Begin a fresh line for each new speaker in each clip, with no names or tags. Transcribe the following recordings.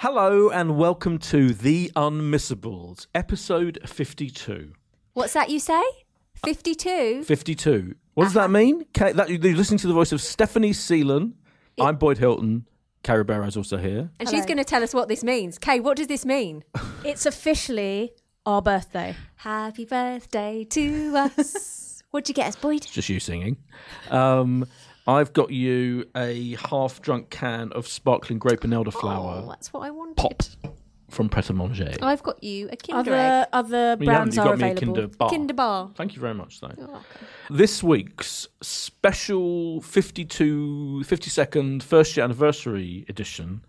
Hello and welcome to The Unmissables, episode 52.
What's that you say? 52?
52. What does that mean? Ca- that, you're listening to the voice of Stephanie Seelan. I'm Boyd Hilton. Carrie Barrow's also here.
And she's going to tell us what this means. Kay, what does this mean?
It's officially our birthday.
Happy birthday to us. What'd you get us, Boyd?
It's just you singing. Um, I've got you a half drunk can of sparkling grape and elderflower
Oh,
Oh.
that's what I wanted.
pop from Pret a Manger.
I've got you a Kinder egg.
Other other
You haven't-
Oh, brands
you
are
got me a
available.
Kinder bar.
Kinder bar.
Thank you very much, though. This week's special 52, 52nd first year anniversary edition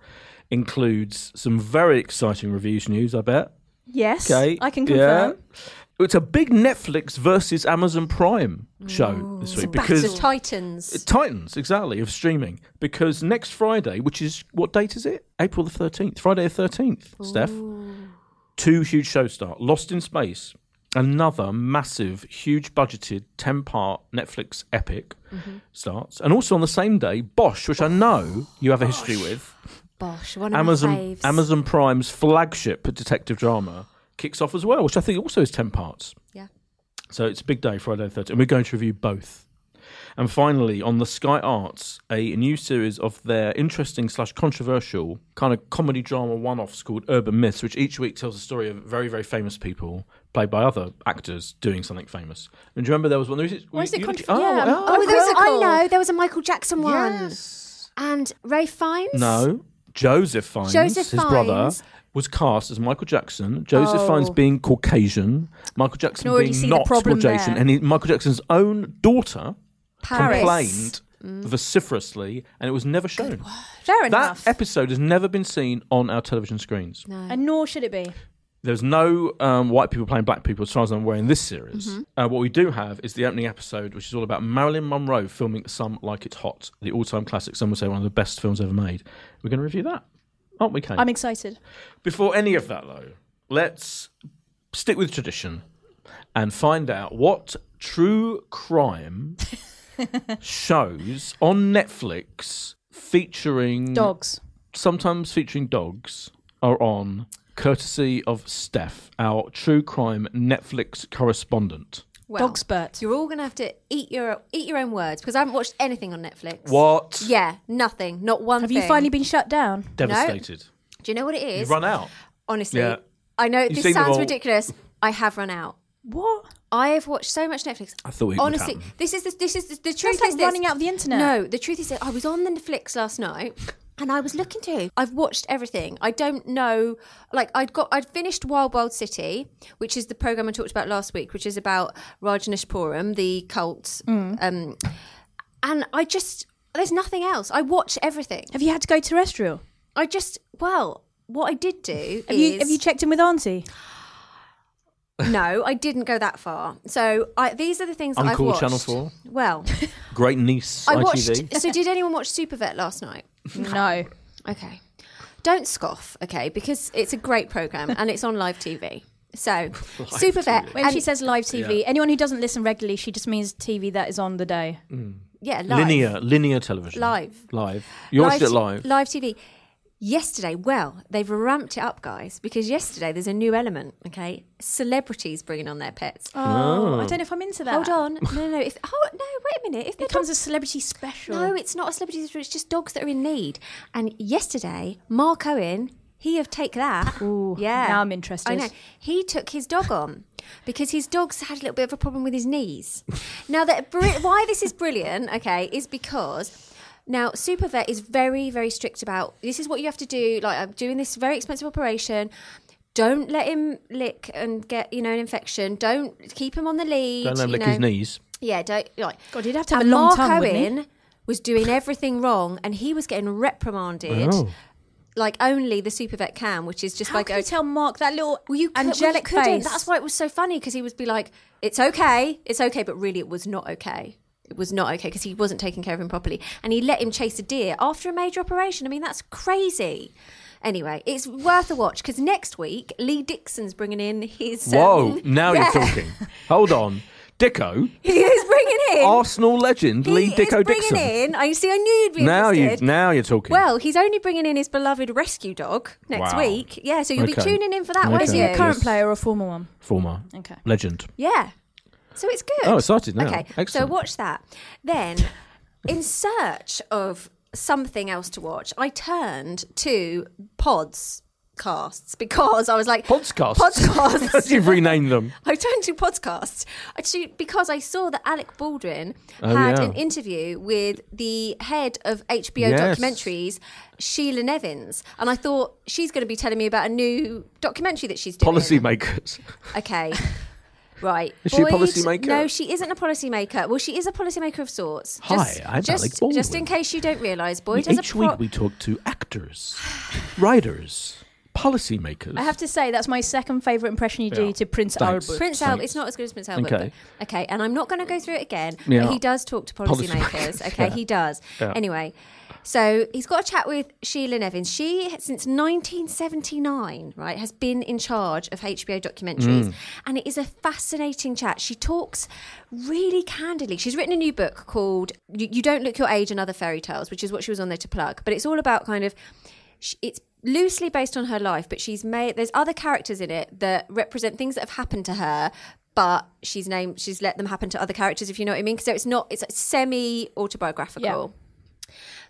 includes some very exciting reviews news, I bet.
Yes,
Okay.
I can confirm.
Yeah. It's a big Netflix versus Amazon Prime show this week
Battle
because
Titans.
it Titans, exactly, of streaming. Because next Friday, which is what date is it? April the 13th. Friday the 13th, Steph. Two huge shows start Lost in Space, another massive, huge budgeted 10 part Netflix epic starts. And also on the same day, Bosch, which I know you have a history with.
Bosh, one of my
Amazon
faves.
Amazon Prime's flagship detective drama kicks off as well, which I think also is ten parts.
Yeah.
So it's a big day, Friday the thirteenth, and we're going to review both. And finally, on the Sky Arts, a new series of their interesting slash controversial kind of comedy drama one-offs called Urban Myths, which each week tells the story of very very famous people played by other actors doing something famous. And do you remember there was one? Why
is it controversial?
Oh,
Yeah,
oh,
Oh,
Michael-
those are
Michael.
I know. There was a Michael Jackson one.
yes.
And Ray Fiennes?
No, Joseph Fiennes,
Joseph
his brother,
Fiennes.
was cast as Michael Jackson. Joseph
Oh.
Fiennes being Caucasian, Michael Jackson
Can already see
being
the
not
problem
Caucasian,
there.
and he, Michael Jackson's own daughter
Paris.
complained
Mm.
vociferously, and it was never shown.
Fair
That
enough.
episode has never been seen on our television screens.
and nor should it be.
There's no um, white people playing black people, as far as I'm aware, in this series.
Mm-hmm.
Uh, what we do have is the opening episode, which is all about Marilyn Monroe filming Some Like It's Hot, the all time classic, some would say one of the best films ever made. We're going to review that, aren't we, Kate?
I'm excited.
Before any of that, though, let's stick with tradition and find out what true crime shows on Netflix featuring
Dogs.
sometimes featuring dogs are on courtesy of Steph, our true crime Netflix correspondent.
Well,
Dogspert.
You're all going to have to eat your eat your own words because I haven't watched anything on Netflix.
What?
Yeah, nothing. Not one
Have
thing.
you finally been shut down?
Devastated.
Do you know what it
You
is?
run out.
Honestly,
Yeah.
I know
seen
this
them
sounds
all.
ridiculous. I have run out.
What?
I have watched so much Netflix.
I thought it would
honestly,
happen.
this is the, this is the, the truth
That's like
is this.
running out of the internet.
No, the truth is that I was on the Netflix last night. And I was looking through. I've watched everything. I don't know. Like I'd got, I'd finished Wild Wild City, which is the program I talked about last week, which is about Rajaneshpuram, the cult.
Mm.
Um, and I just, there's nothing else. I watch everything.
Have you had to go terrestrial?
I just, well, what I did do is,
Have you have you checked in with Auntie?
No, I didn't go that far. So I, these are the things that
Uncle
I've watched.
Channel 4.
Well,
Great niece,
I
ITV.
watched. so did anyone watch Supervet last night?
No.
Okay. Don't scoff, okay, because it's a great program and it's on live TV. So Supervet,
When
and,
she says live TV, anyone who doesn't listen regularly, she just means TV that is on the day.
yeah, live,
Linear, linear television.
Live.
Live. You watched it live.
live TV. Yesterday, well, they've ramped it up, guys, because yesterday there's a new element, okay? Celebrities bringing on their pets. Uh,
Oh, I don't know if I'm into that.
Hold on, no, no, no. If oh no, wait a minute. If they're
It comes a celebrity special.
No, it's not a celebrity situation. It's just dogs that are in need. And yesterday, Mark Owen, he of Take That.
Ooh,
yeah.
now I'm interested.
I know. He took his dog on because his dog's had a little bit of a problem with his knees. now, that bri- why this is brilliant, okay, is because. Now, Supervet is very, very strict about this is what you have to do. Like, I'm doing this very expensive operation. Don't let him lick and get, you know, an infection. Don't keep him on the lead.
Don't let him
you
lick
know.
his knees.
Yeah, don't like.
God, he'd have to have
and
a long
Mark
tongue, wouldn't he?
Owen was doing everything wrong, and he was getting reprimanded,
Oh.
like only the super vet can, which is just
How
like
can
a-
you tell Mark that little
Well, you cou- well, you
angelic
couldn't.
face?
That's why it was so funny because he would be like, "It's okay, it's okay," but really it was not okay. It was not okay because he wasn't taking care of him properly, and he let him chase a deer after a major operation. I mean, that's crazy. Anyway, it's worth a watch because next week Lee Dixon's bringing in his.
Whoa,
um,
now
yeah.
you're talking. Hold on. Dicko,
He is bringing in.
Arsenal legend
he
Lee
is
Dicko
bringing
Dixon.
in. I see. I knew you'd be
now you
interested.
now you're talking.
well, he's only bringing in his beloved rescue dog next
Wow.
week. Yeah, so you'll be
Okay.
tuning in for that,
Okay.
won't
Is he a
you?
Yes.
current player or a former one?
former
Okay.
legend.
Yeah. So it's good.
Oh, excited now.
Okay, so
Excellent.
watch that. Then, in search of something else to watch, I turned to pods casts because I was like
Podcasts.
podcasts.
You've renamed them.
I turned to podcasts actually because I saw that Alec Baldwin
Oh,
had
yeah.
an interview with the head of HBO
Yes.
documentaries, Sheila Nevins, and I thought she's going to be telling me about a new documentary that she's doing.
Policymakers.
Okay. Right.
Is she a
Boyd-
policymaker?
No, she isn't a policymaker. Well, she is a policymaker of sorts.
Hi,
Just-
I'm
just,
Alec Baldwin.
Just in case you don't realise, Boyd has
Each
a pro-
week we talk to actors, writers, policymakers.
I have to say that's my second favourite impression you do
Yeah.
to Prince
Thanks.
Albert.
Prince Albert. It's not as good as Prince Albert.
Okay.
But, okay. And I'm not going to go through it again.
Yeah.
But he does talk to policymakers.
Policymakers,
okay.
yeah.
He does.
Yeah.
Anyway, so he's got a chat with Sheila Nevins. She, since 1979, right, has been in charge of HBO documentaries. And it is a fascinating chat. She talks really candidly. She's written a new book called You, you Don't Look Your Age and Other Fairy Tales, which is what she was on there to plug. But it's all about kind of, sh- it's loosely based on her life, but she's made, there's other characters in it that represent things that have happened to her. But she's named, she's let them happen to other characters, if you know what I mean. 'Cause So it's not, it's semi autobiographical.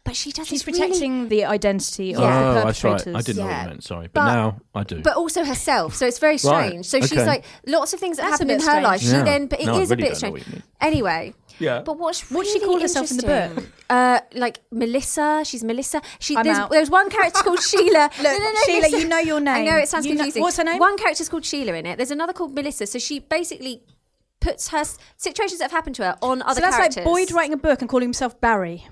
But she does.
She's
this really-
protecting the identity of
Yeah.
the
Oh, that's right.
perpetrators.
I didn't know what
Yeah.
you meant. Sorry, but,
But-
now I do.
but also herself. So it's very
Right,
strange. So she's
okay.
like lots of things that
That's a
happened
bit
in her
strange.
life. She
Yeah.
then, but it is
No, I
a
really
bit
don't know
strange.
what you mean.
Anyway,
yeah.
but what's
What does she
really
call herself in the
interesting- Uh, like Melissa. She's Melissa. She
I'm
there's,
out.
there's one character called Sheila. No, no, no,
Sheila,
listen.
you know your name.
I know it sounds
You know-
confusing.
what's her name?
One character's called Sheila in it. There's another called Melissa. So she basically puts her s- situations that have happened to her on other
So that's
characters.
like Boyd writing a book and calling himself Barry.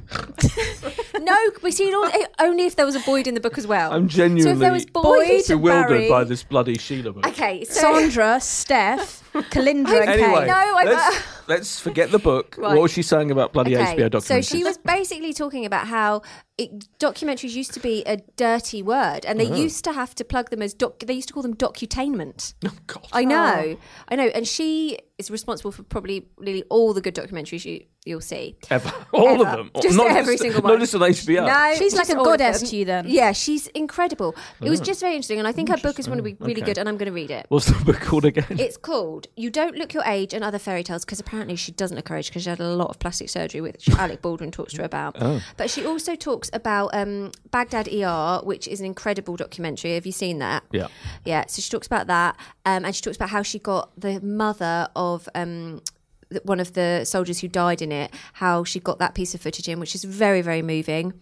No, we see it all, eh, only if there was a Boyd in the book as well.
I'm
So if there
genuinely
was Boyd,
Boyd-
bewildered
Barry-
by this bloody Sheila book.
okay, so
Sandra, Steph, Kalindra, and
Anyway,
Kay.
No, I- uh,
let's, let's forget the book.
Right.
What was she saying about bloody HBO documentaries?
So she was basically talking about how it, documentaries used to be a dirty word, and they used to have to plug them as doc. They used to call them docutainment.
Oh, God.
I know, I know, and she is responsible for probably nearly all the good documentaries you you'll see.
Ever. All of
Ever.
them.
Just
not
every
just,
single
Not
one.
just on HBO.
No,
She's like
just
a
all of
goddess
them.
to you then.
Yeah, she's incredible. It was just very interesting, and I think her book is going to be really
Oh. Okay.
good, and I'm going to read it.
What's the book called again?
It's called You Don't Look Your Age and Other Fairy Tales because apparently she doesn't look her age because she had a lot of plastic surgery, which Alec Baldwin talks to her about. But she also talks about um, Baghdad ER, which is an incredible documentary. Have you seen that?
Yeah.
Yeah. So she talks about that um, and she talks about how she got the mother of. Um, th- one of the soldiers who died in it, how she got that piece of footage in, which is very, very moving.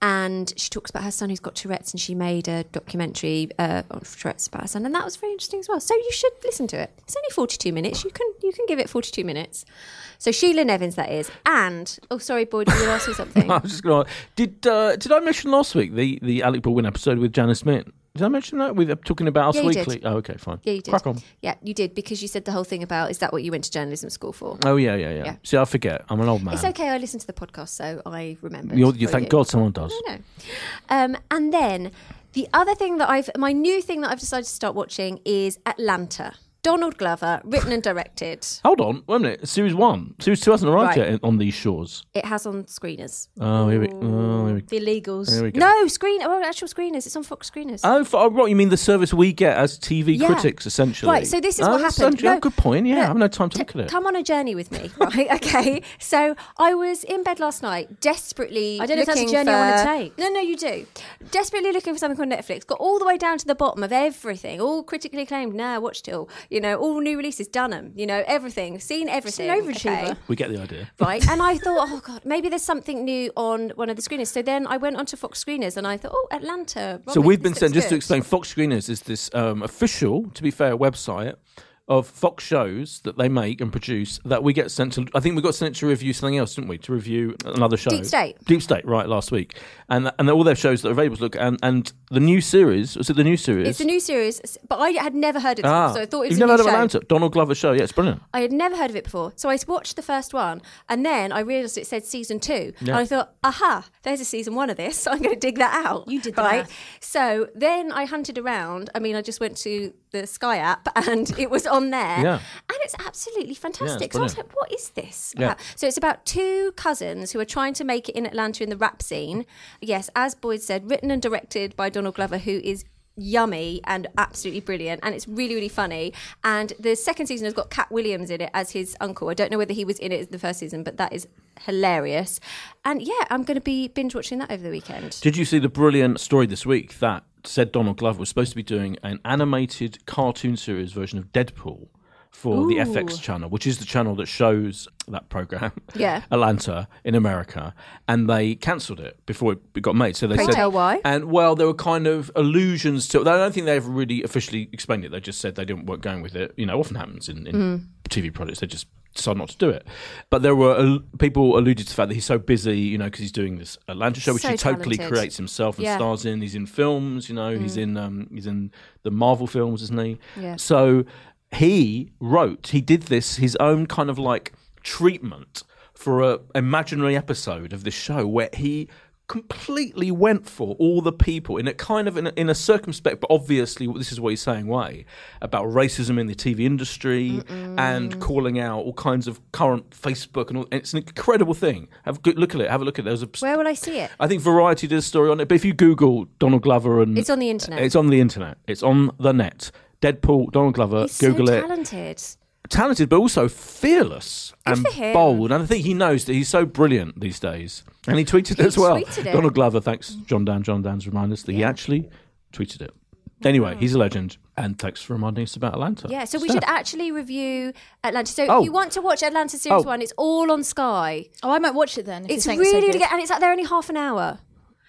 And she talks about her son who's got Tourette's, and she made a documentary uh, on Tourette's about her son, and that was very interesting as well. So you should listen to it. It's only forty-two minutes. You can you can give it forty-two minutes. So Sheila Nevins, that is. And oh, sorry, Boyd, were you asked me something.
I was just going to. Did uh, did I mention last week the, the Alec Baldwin episode with Janice Smith? Did I mention that? With uh, talking about Us
Yeah, you did.
Weekly. Oh, okay, fine.
Yeah, you did.
Crack on.
Yeah, you did because you said the whole thing about is that what you went to journalism school for?
Oh yeah, yeah, yeah,
Yeah.
See, I forget. I'm an old man.
It's okay. I listened to the podcast, so I remember.
Um, You, you thank God someone does.
No. Um, and then the other thing that I've, my new thing that I've decided to start watching is Atlanta. Donald Glover, written and directed.
Hold on, wait a minute. Series one, series two hasn't arrived
Right.
yet on these shores.
It has on screeners.
Oh, here we, oh, here we,
The illegals.
here we go.
No, screen, oh, actual screeners. It's on Fox screeners.
Oh, for, oh, right. You mean the service we get as TV
Yeah.
critics, essentially?
Right, so this is
oh,
what
that's
happened.
actually- oh,
No,
good point. Yeah,
no,
I have no time to
t-
look at it.
Come on a journey with me, right? okay. So I was in bed last night, desperately.
I don't know if that's a
looking
journey I wanna
for-
take.
No, no, you do. Desperately looking for something on Netflix. Got all the way down to the bottom of everything. All critically acclaimed. Nah, watched it all. You know, all new releases. Done 'em, You know, everything. Seen everything.
overachiever.
okay?
We get the idea.
right? And I thought, oh god, maybe there's something new on one of the screeners. So then I went onto Fox Screeners and I thought, oh, Atlanta.
So
Robin,
we've been
this
sent,
looks
just to
good.
explain, Fox Screeners is this um, official, to be fair, website of Fox shows that they make and produce that we get sent to. I think we got sent to review something else, didn't we? To review another show.
Deep State.
Deep State, right, last week. And and all their shows that are available to look and And the new series, was it the new series?
It's a new series, but I had never heard of it,
Ah,
before, so I thought it
you've
was a
never
new
heard of
show.
Atlanta? Donald Glover show. Yeah, it's brilliant.
I had never heard of it before, so I watched the first one, and then I realised it said season two, and I thought, aha, there's a season one of this, so I'm going to dig that out.
You did the math.
So then I hunted around. I mean, I just went to the Sky app, and it was on there.
Yeah.
And it's absolutely fantastic. so I was
brilliant.
like, what is this?
Yeah.
about? So it's about two cousins who are trying to make it in Atlanta in the rap scene. Yes, as Boyd said, written and directed by Donald Glover, who is yummy and absolutely brilliant and it's really really funny and the second season has got cat williams in it as his uncle i don't know whether he was in it in the first season but that is hilarious and yeah i'm going to be binge watching that over the weekend
Did you see the brilliant story this week that said Donald Glover was supposed to be doing an animated cartoon series version of Deadpool for the FX channel, which is the channel that shows that program,
Yeah.
Atlanta in America, and they cancelled it before it got made. So they
Pray
said,
tell why.
And well, there were kind of allusions to. I don't think they ever really officially explained it. They just said they didn't weren't going with it. You know, often happens in, in
Mm.
TV projects. They just decide not to do it. But there were al- people alluded to the fact that he's so busy. You know, because he's doing this Atlanta show, which
So
he totally
talented.
creates himself and
Yeah. Mm.
stars in. He's in films. You know, he's in um, he's in the Marvel films, isn't he?
Yeah.
So he wrote. He did this his own kind of like treatment for a imaginary episode of this show where he completely went for all the people in a kind of in a, in a circumspect but obviously this is what he's saying way about racism in the TV industry and calling out all kinds of current Facebook and all and it's an incredible thing have a good look at it have a look at it there's a
where will i see it
I think Variety did a story on it, but if you Google Donald Glover and
It's on the internet.
it's on the internet, it's on the net. Deadpool, Donald Glover,
He's
Google
so
it.
talented.
Talented, but also fearless and
for him.
bold. And I think he knows that he's so brilliant these days. And he tweeted it
He
as well.
tweeted it.
Donald Glover, thanks, John Dan. John Dan's remind us that he actually tweeted it. Anyway, he's a legend. And thanks for reminding us about Atlanta.
Hmm. Yeah, so we
Steph.
should actually review Atlanta. So
Oh.
if you want to watch Atlanta Series
Oh.
1, it's all on Sky.
Oh, I might watch it then. if you
It's
think
really,
so
really
good.
good. And it's like they're only half an hour.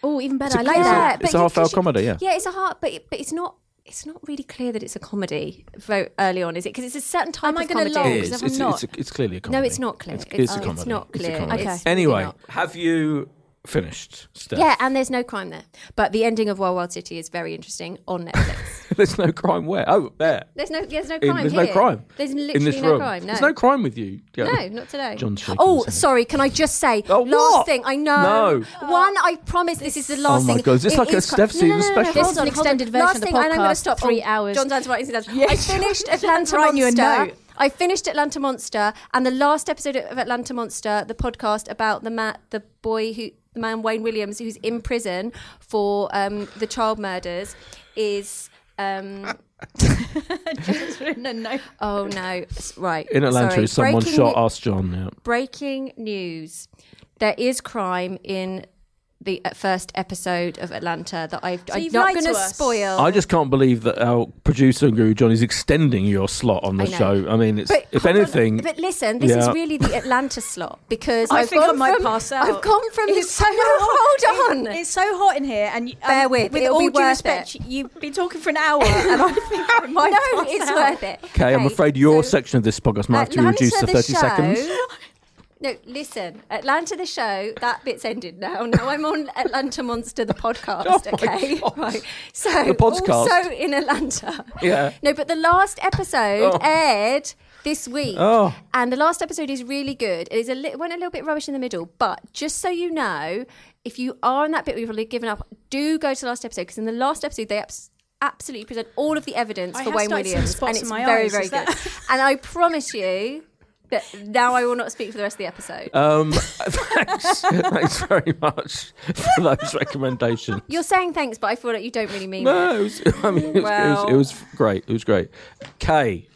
Oh, even better. I
It's a-
like that.
it's a
but you-
half-hour
'cause you-
comedy, yeah.
Yeah, it's a half, but, it- but it's not. It's not really clear that it's a comedy very early on, is it? Because it's a certain type
Am I
of
gonna
comedy.
laugh?
It is.
Because if
It's,
I'm
it's, it's clearly a comedy.
No, it's not clear.
It's,
It's- uh,
it's a
it's
comedy.
not
It's a
clear.
comedy.
Okay. It's
Anyway,
not.
have you finished, Steph?
Yeah, and there's no crime there. But the ending of Wild Wild City is very interesting on Netflix.
There's no crime where? Oh, there.
there's no, there's no
In-
crime
there's
here.
no crime.
There's literally
in this
no
room.
crime. No.
There's no crime with you. Yeah.
No, not today.
John's shaking
Oh,
his head.
sorry. Can I just say
Oh,
last
what?
thing? I know.
No.
One, I promise this is the last
Oh
thing.
my God, is this
It
like a
cr-
Steph season special?
hold
This is
an
on, hold on.
extended version
Last
of the
thing, and I'm gonna
podcast,
stop.
three
Oh,
hours.
John Dan's writing this down.
Yeah,
I
sure.
finished Atlanta
Writing you a
Monster.
note.
I finished Atlanta Monster, and the last episode of Atlanta Monster, the podcast about the ma- the boy who the man Wayne Williams who's in prison for um, the child murders, is. Um,
no, no.
oh no! S- Right
In Atlanta,
sorry.
someone
Breaking
shot
ne-
us, John. Yeah.
breaking news there is crime in the uh, first episode of Atlanta that I've, I'm
you've
not
lied
going to
to us.
spoil.
I just can't believe that our producer and guru John is extending your slot on the
know.
show. I mean, it's,
But
if
hold on,
anything,
but listen, this is
Yeah.
really the Atlanta slot because
I
have
think I
gone
might
from,
pass
I've
out.
gone from
It's
this.
so
no, hold on.
It- It's so hot in here, and you- um,
Bear with,
with
it'll
all
be
due
worth
respect, you've been talking for an hour, and I think I might
no,
pass
it's
out.
worth it.
okay, I'm afraid your
so
section of this podcast might have to be
Atlanta
reduced to
the
30
show-
seconds.
No, listen. Atlanta the show. That bit's ended now. Now I'm on Atlanta Monster the podcast.
Oh my
okay,
God.
right. So
The podcast.
also in Atlanta.
Yeah.
No, but the last episode
Oh.
aired this week,
Oh.
and the last episode is really good. It is a li- went a little bit rubbish in the middle, but just so you know, if you are on that bit where you've already given up, do go to the last episode because in the last episode they abs- absolutely present all of the evidence
I
for
have
Wayne
started seeing
Williams,
spots
and
in
it's
my
very,
eyes,
very
is
good.
that-
and I promise you. that now I will not speak for the rest of the episode.
Um, thanks, thanks very much for those recommendations.
You're saying thanks, but I feel like you don't really mean it.
No, it was, I mean, it was, it,
Well.
was, it was great. It was great. Kay,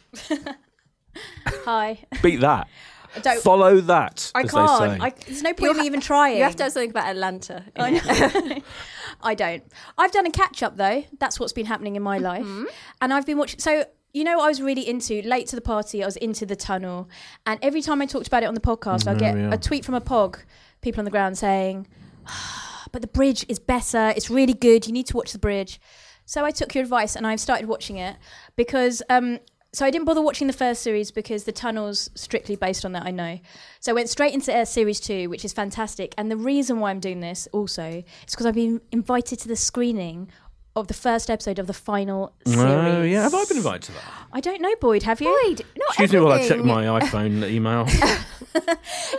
Hi.
beat that.
I don't.
Follow that.
I
as they say.
can't. I, there's no point in me even trying.
You have to have something about Atlanta.
I know. I don't. I've done a catch up though. That's what's been happening in my life,
Mm-hmm.
and I've been watching. So you know, I was really into late to the party. I was into the tunnel, and every time I talked about it on the podcast, I get
Mm-hmm, yeah.
a tweet from a pog, people on the ground saying, "Ah, "But the bridge is better. It's really good. You need to watch the bridge." So I took your advice and I've started watching it because. Um, so I didn't bother watching the first series because the tunnel's strictly based on that. I know. So I went straight into uh, series two, which is fantastic. And the reason why I'm doing this also is because I've been invited to the screening of the first episode of the final series.
Oh, yeah. Have I been invited to that?
I don't know, Boyd. Have you?
Boyd, not
Excuse me while I check
everything-
my iPhone email.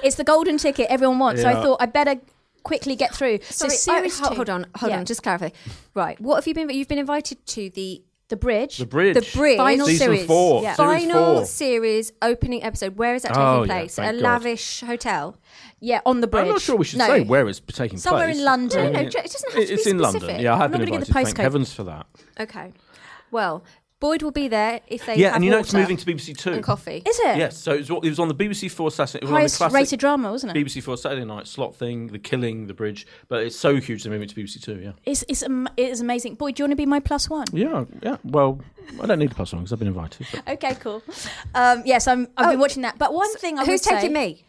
It's the golden ticket everyone wants. So
Yeah.
I thought I better quickly get through.
Sorry,
so series
oh, ho-
two.
Hold on, hold
Yeah.
on. Just clarify. Right, what have you been? You've been invited to the
The Bridge.
The Bridge.
The Bridge.
Final
Season
series.
four.
Yeah.
Series
Final
four.
series opening episode. Where is that taking
Oh, yeah,
place?
thank
a
God.
lavish hotel.
Yeah, on the bridge.
I'm not sure we should
No.
say where it's taking
Somewhere
place.
in London.
No, no,
I
no, it doesn't have to be
It's in London.
specific.
Yeah, I
I'm
have
not
been
gonna
invited.
get the
Thank
postcode.
heavens for that.
Okay. Well, Boyd will be there if they
Yeah,
have
and you know it's
water
moving to BBC Two.
and coffee.
Is it?
Yes, so it was, it was on the BBC Four Saturday. It was
Highest
on the classic
rated drama, wasn't it?
BBC Four Saturday night slot thing, The Killing, The Bridge. But it's so huge they're moving to BBC Two. Yeah.
It's, it's, am- it is amazing. Boy, do you want to be my plus one?
Yeah. Yeah. Well, I don't need a plus one because I've been invited. but-
Okay, cool. Um, yes, I'm, I've been
Oh,
watching that. But one thing I
Who's
would say-
taking me?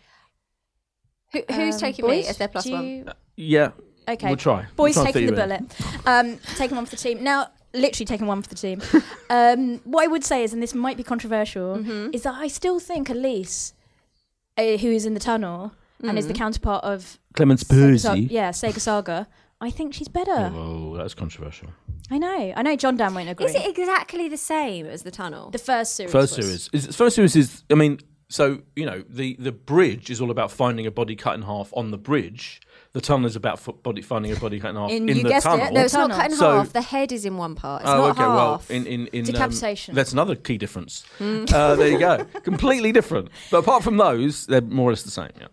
Who, who's
Um,
taking
boys,
me as their plus
do
one?
you-
yeah.
Okay.
We'll try.
Boys
We'll try and
taking the
fit you
bullet. Um, taking one for the team. Now, literally taking one for the team. um, what I would say is, and this might be controversial,
Mm-hmm.
is that I still think Elise, uh, who is in the tunnel and
Mm.
is the counterpart of
in. Clemens
Sega
Percy.
Sa- yeah, Sega Saga, I think she's better.
Oh, that's controversial.
I know. I know John Dan won't agree.
Is it exactly the same as the tunnel?
the first series?
First
was.
series. Is, first series is. I mean, so you know, the the bridge is all about finding a body cut in half on the bridge. The tunnel is about fo- body finding a body cut in half
In-
in,
you
the
guessed it,
tunnel.
no, it's not
Tunnel.
cut in
So-
half. The head is in one part. It's
oh,
not
okay.
half.
Well, in in, in um,
Decapitation. Hmm.
that's another key difference. Uh, there you go. Completely different. But apart from those, they're more or less the same. Yeah.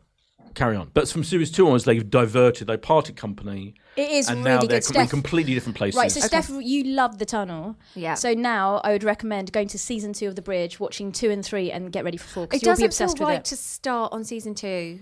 Carry on. But from series two onwards, they've diverted. They parted company,
It is
and
really
now they're
good
com- in
stuff.
completely different places.
Right, so Steph, you love the tunnel.
Yeah.
So now I would recommend going to season two of The Bridge, watching two and three, and get ready for four. 'cause
it
you'll be
doesn't
obsessed
feel
with
right
it.
to start on season two.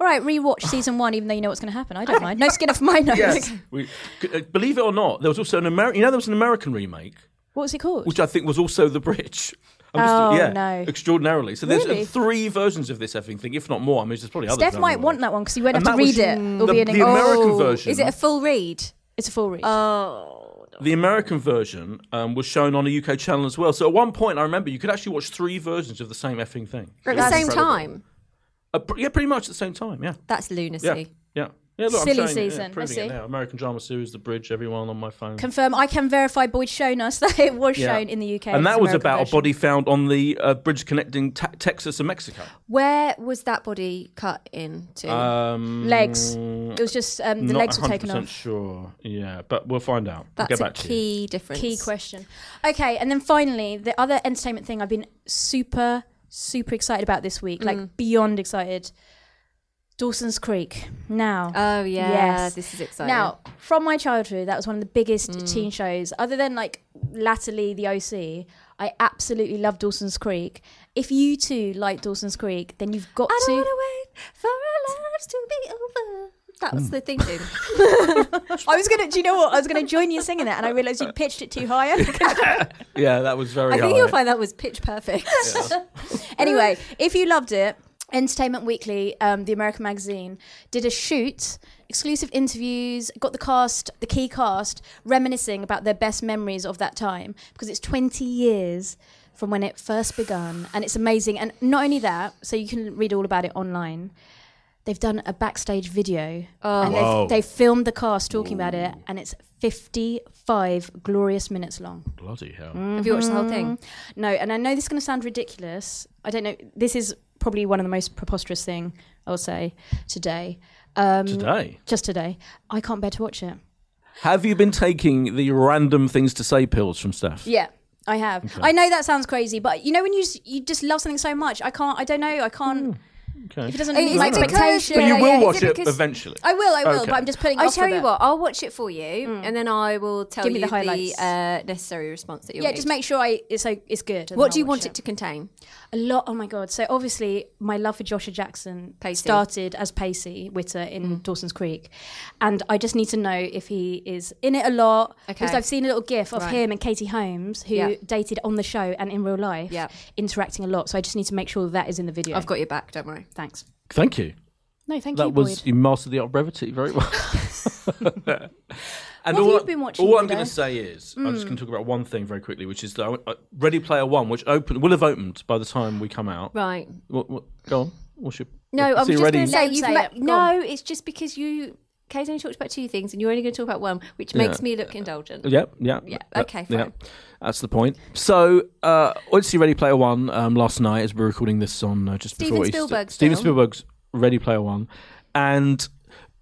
All right, rewatch season one, even though you know what's going to happen. I don't mind. No skin off my nose.
We, c- uh, believe it or not, there was also an American. You know, there was an American remake,
What was it called?
which I think was also The Bridge. I'm
Oh,
yeah,
no.
Extraordinarily. So there's uh,
Really?
three versions of this effing thing, if not more. I mean, there's probably others.
Steph
around
might
the
want
world.
that one because you won't have
And
to
that was-
read it.
Mm.
It'll be
The-
in
the
English.
American
Oh,
version.
Is it a full read?
It's a full read. Uh,
Oh.
The American version um, was shown on a UK channel as well. So at one point, I remember you could actually watch three versions of the same effing thing
At the
It was
same
incredible.
time.
Uh, pr- yeah, pretty much at the same time. Yeah,
That's lunacy.
yeah, yeah. yeah look,
Silly
I'm showing,
season. I
Yeah, proving
see.
it now. American drama series, The Bridge. Everyone on my phone.
Confirm. I can verify. Boyd shown us that it was
Yeah.
shown in the UK.
and
It's
that was
American
about
version.
a body found on the uh, bridge connecting te- Texas and Mexico.
Where was that body cut into?
Um,
Legs. It was just um, the
not
legs were taken
100%
off.
Sure, yeah, but we'll find out. We'll
That's
get
a
back to you.
key difference.
Key question. Okay, and then finally, the other entertainment thing I've been super, super excited about this week,
Mm.
like beyond excited. Dawson's Creek. Now.
Oh yeah, Mm.
Yes.
this is exciting.
Now, from my childhood, that was one of the biggest teen shows. Other than like latterly The OC, I absolutely love Dawson's Creek. If you too like Dawson's Creek, then you've got
I
to.
don't want to wait for our lives to be over. That
Hmm.
was the thing. Dude.
I was gonna. Do you know what? I was gonna join you singing that, and I realised you pitched it too high.
Yeah, that was very.
I think
high.
you'll find that was pitch perfect.
anyway, if you loved it, Entertainment Weekly, um, the American magazine, did a shoot, exclusive interviews, got the cast, the key cast, reminiscing about their best memories of that time because it's 20 years from when it first begun and it's amazing. And not only that, so you can read all about it online. They've done a backstage video and
Wow.
they've, they filmed the cast talking about it, and it's 55 glorious minutes long.
Bloody hell!
Have you watched the whole thing?
No, and I know this is going to sound ridiculous. I don't know. This is probably one of the most preposterous thing I'll say today. Um,
Today,
Just today, I can't bear to watch it.
have you been taking the random things to say pills from Steph?
Yeah, I have. I know that sounds crazy, but you know when you just, you just love something so much, I can't. I don't know. I can't.
Okay.
If it doesn't
Is
meet
it
my
because-
expectations,
Hmm. but
Yeah,
you will
yeah, is
watch
it
it,
because-
eventually.
I will. I will.
Okay.
But I'm just putting.
I
off
tell
with
you
it.
what, I'll watch it for you, and then I will tell
Give me
you
the highlights.
uh, necessary response that you'll
Yeah,
need.
just make sure I it's o- it's good. and
What
I'll
do you
watch
want it to contain?
A lot. Oh my god! So obviously, my love for Joshua Jackson
Pacey.
started as Pacey Witter in Dawson's Creek, and I just need to know if he is in it a lot
Okay.
because I've seen a little GIF of
Right.
him and Katie Holmes, who
Yeah.
dated on the show and in real life,
Yeah.
interacting a lot. So I just need to make sure that is in the video.
I've got your back. Don't worry.
Thanks.
Thank you.
No, thank you,
That was
Boyd.
you mastered the art of brevity very well. and
What have
all
you
I-
been watching,
All I'm
Ludo?
going to say is, I'm just going to talk about one thing very quickly, which is that I- I- Ready Player One, which open will have opened by the time we come out.
Right.
What, what, go on. What's your
No,
is
I'm
it
just
ready?
going to
Let
say
him
you've
say
ma-
it. Go
no. It's just because you, Kay's only talked about two things, and you're only going to talk about one, which makes me look indulgent.
Yeah, yeah,
Yeah,
Uh,
okay,
yeah.
fine.
That's the point. So, uh, Odyssey Ready Player One um, last night, as we were recording this on uh, just
Steven
before
Spielberg's
Easter. Steven
film.
Spielberg's Ready Player One, and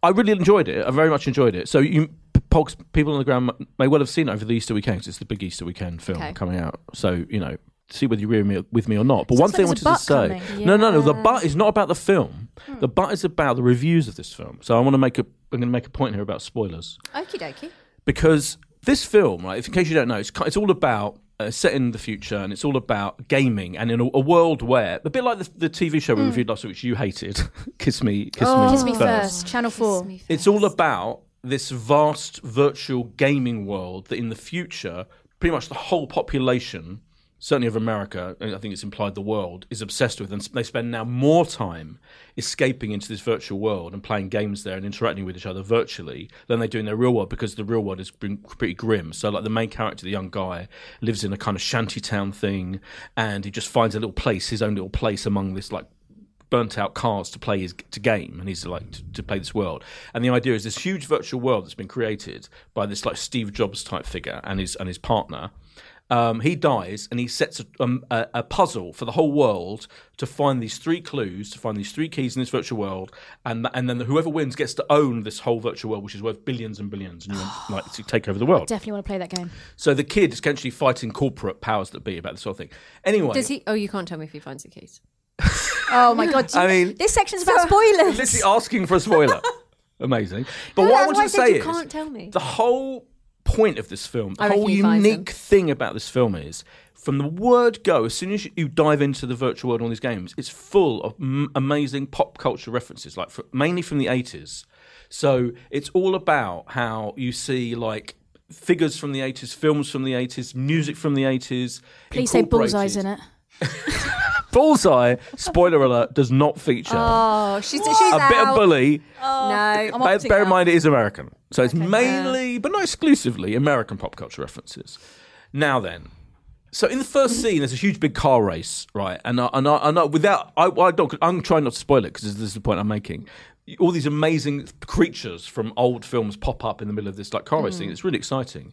I really enjoyed it. I very much enjoyed it. So you. p- Pogs, people on the ground m- may well have seen it over the Easter weekend 'cause it's the big Easter weekend film
Okay.
coming out. So you know, see whether you agree with me, with me or not. But
Sounds
one
like
thing I
there's
wanted
a
to say,
butt
no, no, no, the butt is not about the film.
Hmm.
The butt is about the reviews of this film. So I want to make a, I'm going to make a point here about spoilers
Okie dokie.
because this film, right? If, in case you don't know, it's ki- it's all about uh, set in the future, and it's all about gaming, and in a, a world where a bit like the, the TV show we reviewed last week, which you hated, "Kiss Me, Kiss Me,
Mm. Oh. Kiss Me First, Channel 4.
It's all about this vast virtual gaming world that in the future, pretty much the whole population, certainly of America, and I think it's implied the world, is obsessed with. And they spend now more time escaping into this virtual world and playing games there and interacting with each other virtually than they do in their real world because the real world has been pretty grim. So, like, the main character, the young guy, lives in a kind of shantytown thing and he just finds a little place, his own little place among this, like, burnt out cars to play his to game and he's like to, to play this world and the idea is this huge virtual world that's been created by this like steve jobs type figure and his and his partner um, he dies and he sets a, um, a, a puzzle for the whole world to find these three clues to find these three keys in this virtual world and th- and then whoever wins gets to own this whole virtual world which is worth billions and billions and you want, like to take over the world
Definitely want to play that game.
so the kid is essentially fighting corporate powers that be about this sort of thing anyway
Does he? Oh, you can't tell me if he finds the keys.
Oh my god! do you-
I mean-
this section's about spoilers.
literally asking for a spoiler. Amazing. But
No,
what I
that's
wanted
why I
to
said
say
you
is
can't tell me.
the whole point of this film, the
I reckon
whole
he finds
unique thing about this film is from the word go, as soon as you dive into the virtual world on these games, it's full of m- amazing pop culture references, like fr mainly from the 80s. So it's all about how you see like figures from the 80s, films from the 80s, music from the 80s.
Please say bullseyes in it.
Bullseye, spoiler alert, does not feature.
Oh, she's she's
a
out.
bit of bully,
no.
I'm
Bear,
opting
bear in
out.
mind, it is American. So it's mainly, but not exclusively, American pop culture references. Now then. So in the
Mm-hmm.
first scene, there's a huge big car race, right? And I, and I, and I without I, I don't, I'm trying not to spoil it because this, this is the point I'm making. All these amazing creatures from old films pop up in the middle of this like car race
Mm-hmm.
thing. It's really exciting.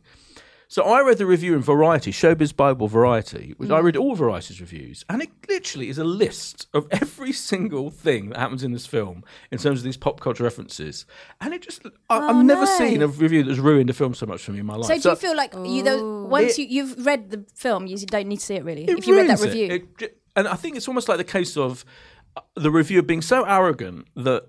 So I read the review in Variety, Showbiz Bible Variety, which
Mm-hmm.
I read all Variety's reviews, and it literally is a list of every single thing that happens in this film in terms of these pop culture references. And it just, I, I've never
Oh, no.
seen a review that's ruined a film so much for me in my life.
So do you feel like you though, once
It-
you, you've read the film, you don't need to see it really.
it
if you read that
ruins it.
review,
It j- and I think it's almost like the case of uh, the reviewer being so arrogant that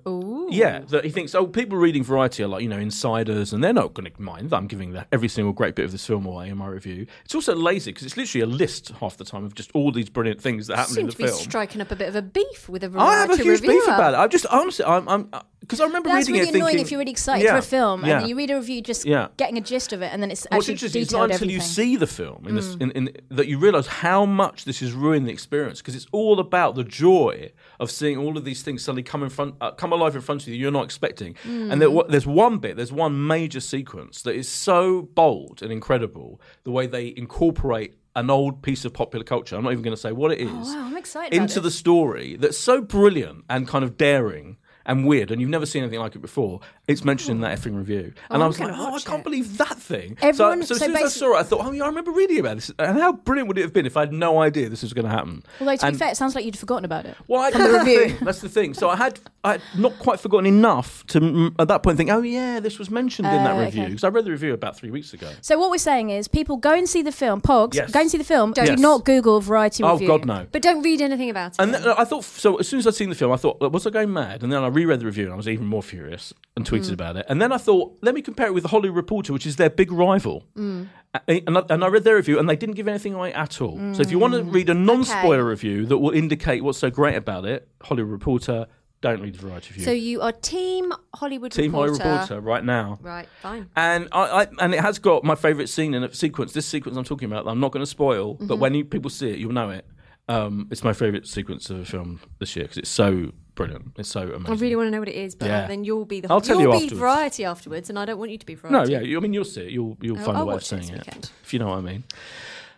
yeah that he thinks oh people reading variety are like you know insiders and they're not going to mind that i'm giving the, every single great bit of this film away in my review it's also lazy because it's literally a list half the time of just all these brilliant things that happen in
Seem
the
to be
film
striking up a bit of a beef with a
i have a
variety
huge beef
reviewer.
about it i've just honestly i'm i'm because i remember
that's
reading
really
it
annoying
thinking
if you're really excited for
Yeah,
a film
yeah.
and then you read a review just
Yeah.
getting a gist of it, and then it's
What's
actually
interesting is
detailed
not until
everything. Mm.
you see the film in this, in, in, that you realise how much this has ruined the experience because it's all about the joy of seeing all of these things suddenly come in front, uh, come alive in front of you. You're not expecting, and
Mm.
there, wa- there's one bit, there's one major sequence that is so bold and incredible. The way they incorporate an old piece of popular culture. I'm not even going to say what it is
Oh, wow, I'm excited about
into
this.
the story that's so brilliant and kind of daring and weird, and you've never seen anything like it before. It's mentioned in that effing review, and I was like,
gonna
"Oh, I
watch
can't
it."
believe that thing!"
Everyone-
so, so as
so
soon as I
basi-
saw it, I thought, "Oh, yeah, I remember reading about this, and how brilliant would it have been if I had no idea this was going to happen?"
Although to
and,
be fair, it sounds like you'd forgotten about it.
well, I,
from the
that's, the
review.
thing, that's the thing. So I had I had not quite forgotten enough to mm, at that point think, "Oh yeah, this was mentioned in that
Oh,
review,"
okay.
because I read the review about three weeks ago.
So what we're saying is, people go and see the film. Pogs,
Yes.
go and see the film. Do
Yes.
not Google variety
Oh
review.
God, no!
But don't read anything about it.
And then, I thought so. As soon as I'd seen the film, I thought, "Was I going mad?" And then I reread the review, and I was even more furious and tweeted about it. And then I thought, "Let me compare it with the Hollywood Reporter, which is their big rival." A- And, I, and I read their review, and they didn't give anything away at all. So if you want to read a non-spoiler review that will indicate what's so great about it, Hollywood Reporter, don't read the variety review.
so you are Team Hollywood
Team
Reporter.
Hollywood Reporter right now.
Right, fine.
And I, I and it has got my favourite scene in a sequence. This sequence I'm talking about, that I'm not going to spoil,
Mm-hmm.
but when you, people see it, you'll know it. Um, it's my favourite sequence of a film this year because it's so brilliant. It's so amazing.
I Oh, really want to know what it is, but
Yeah.
then you'll be the
I'll tell
you'll
you
be
afterwards.
variety afterwards, and I don't want you to be
no,
variety.
yeah. You, I mean, you'll see it. You'll you'll
I'll-
find a
Oh, I'll
way of
watch it
saying
this
it,
weekend.
if you know what I mean.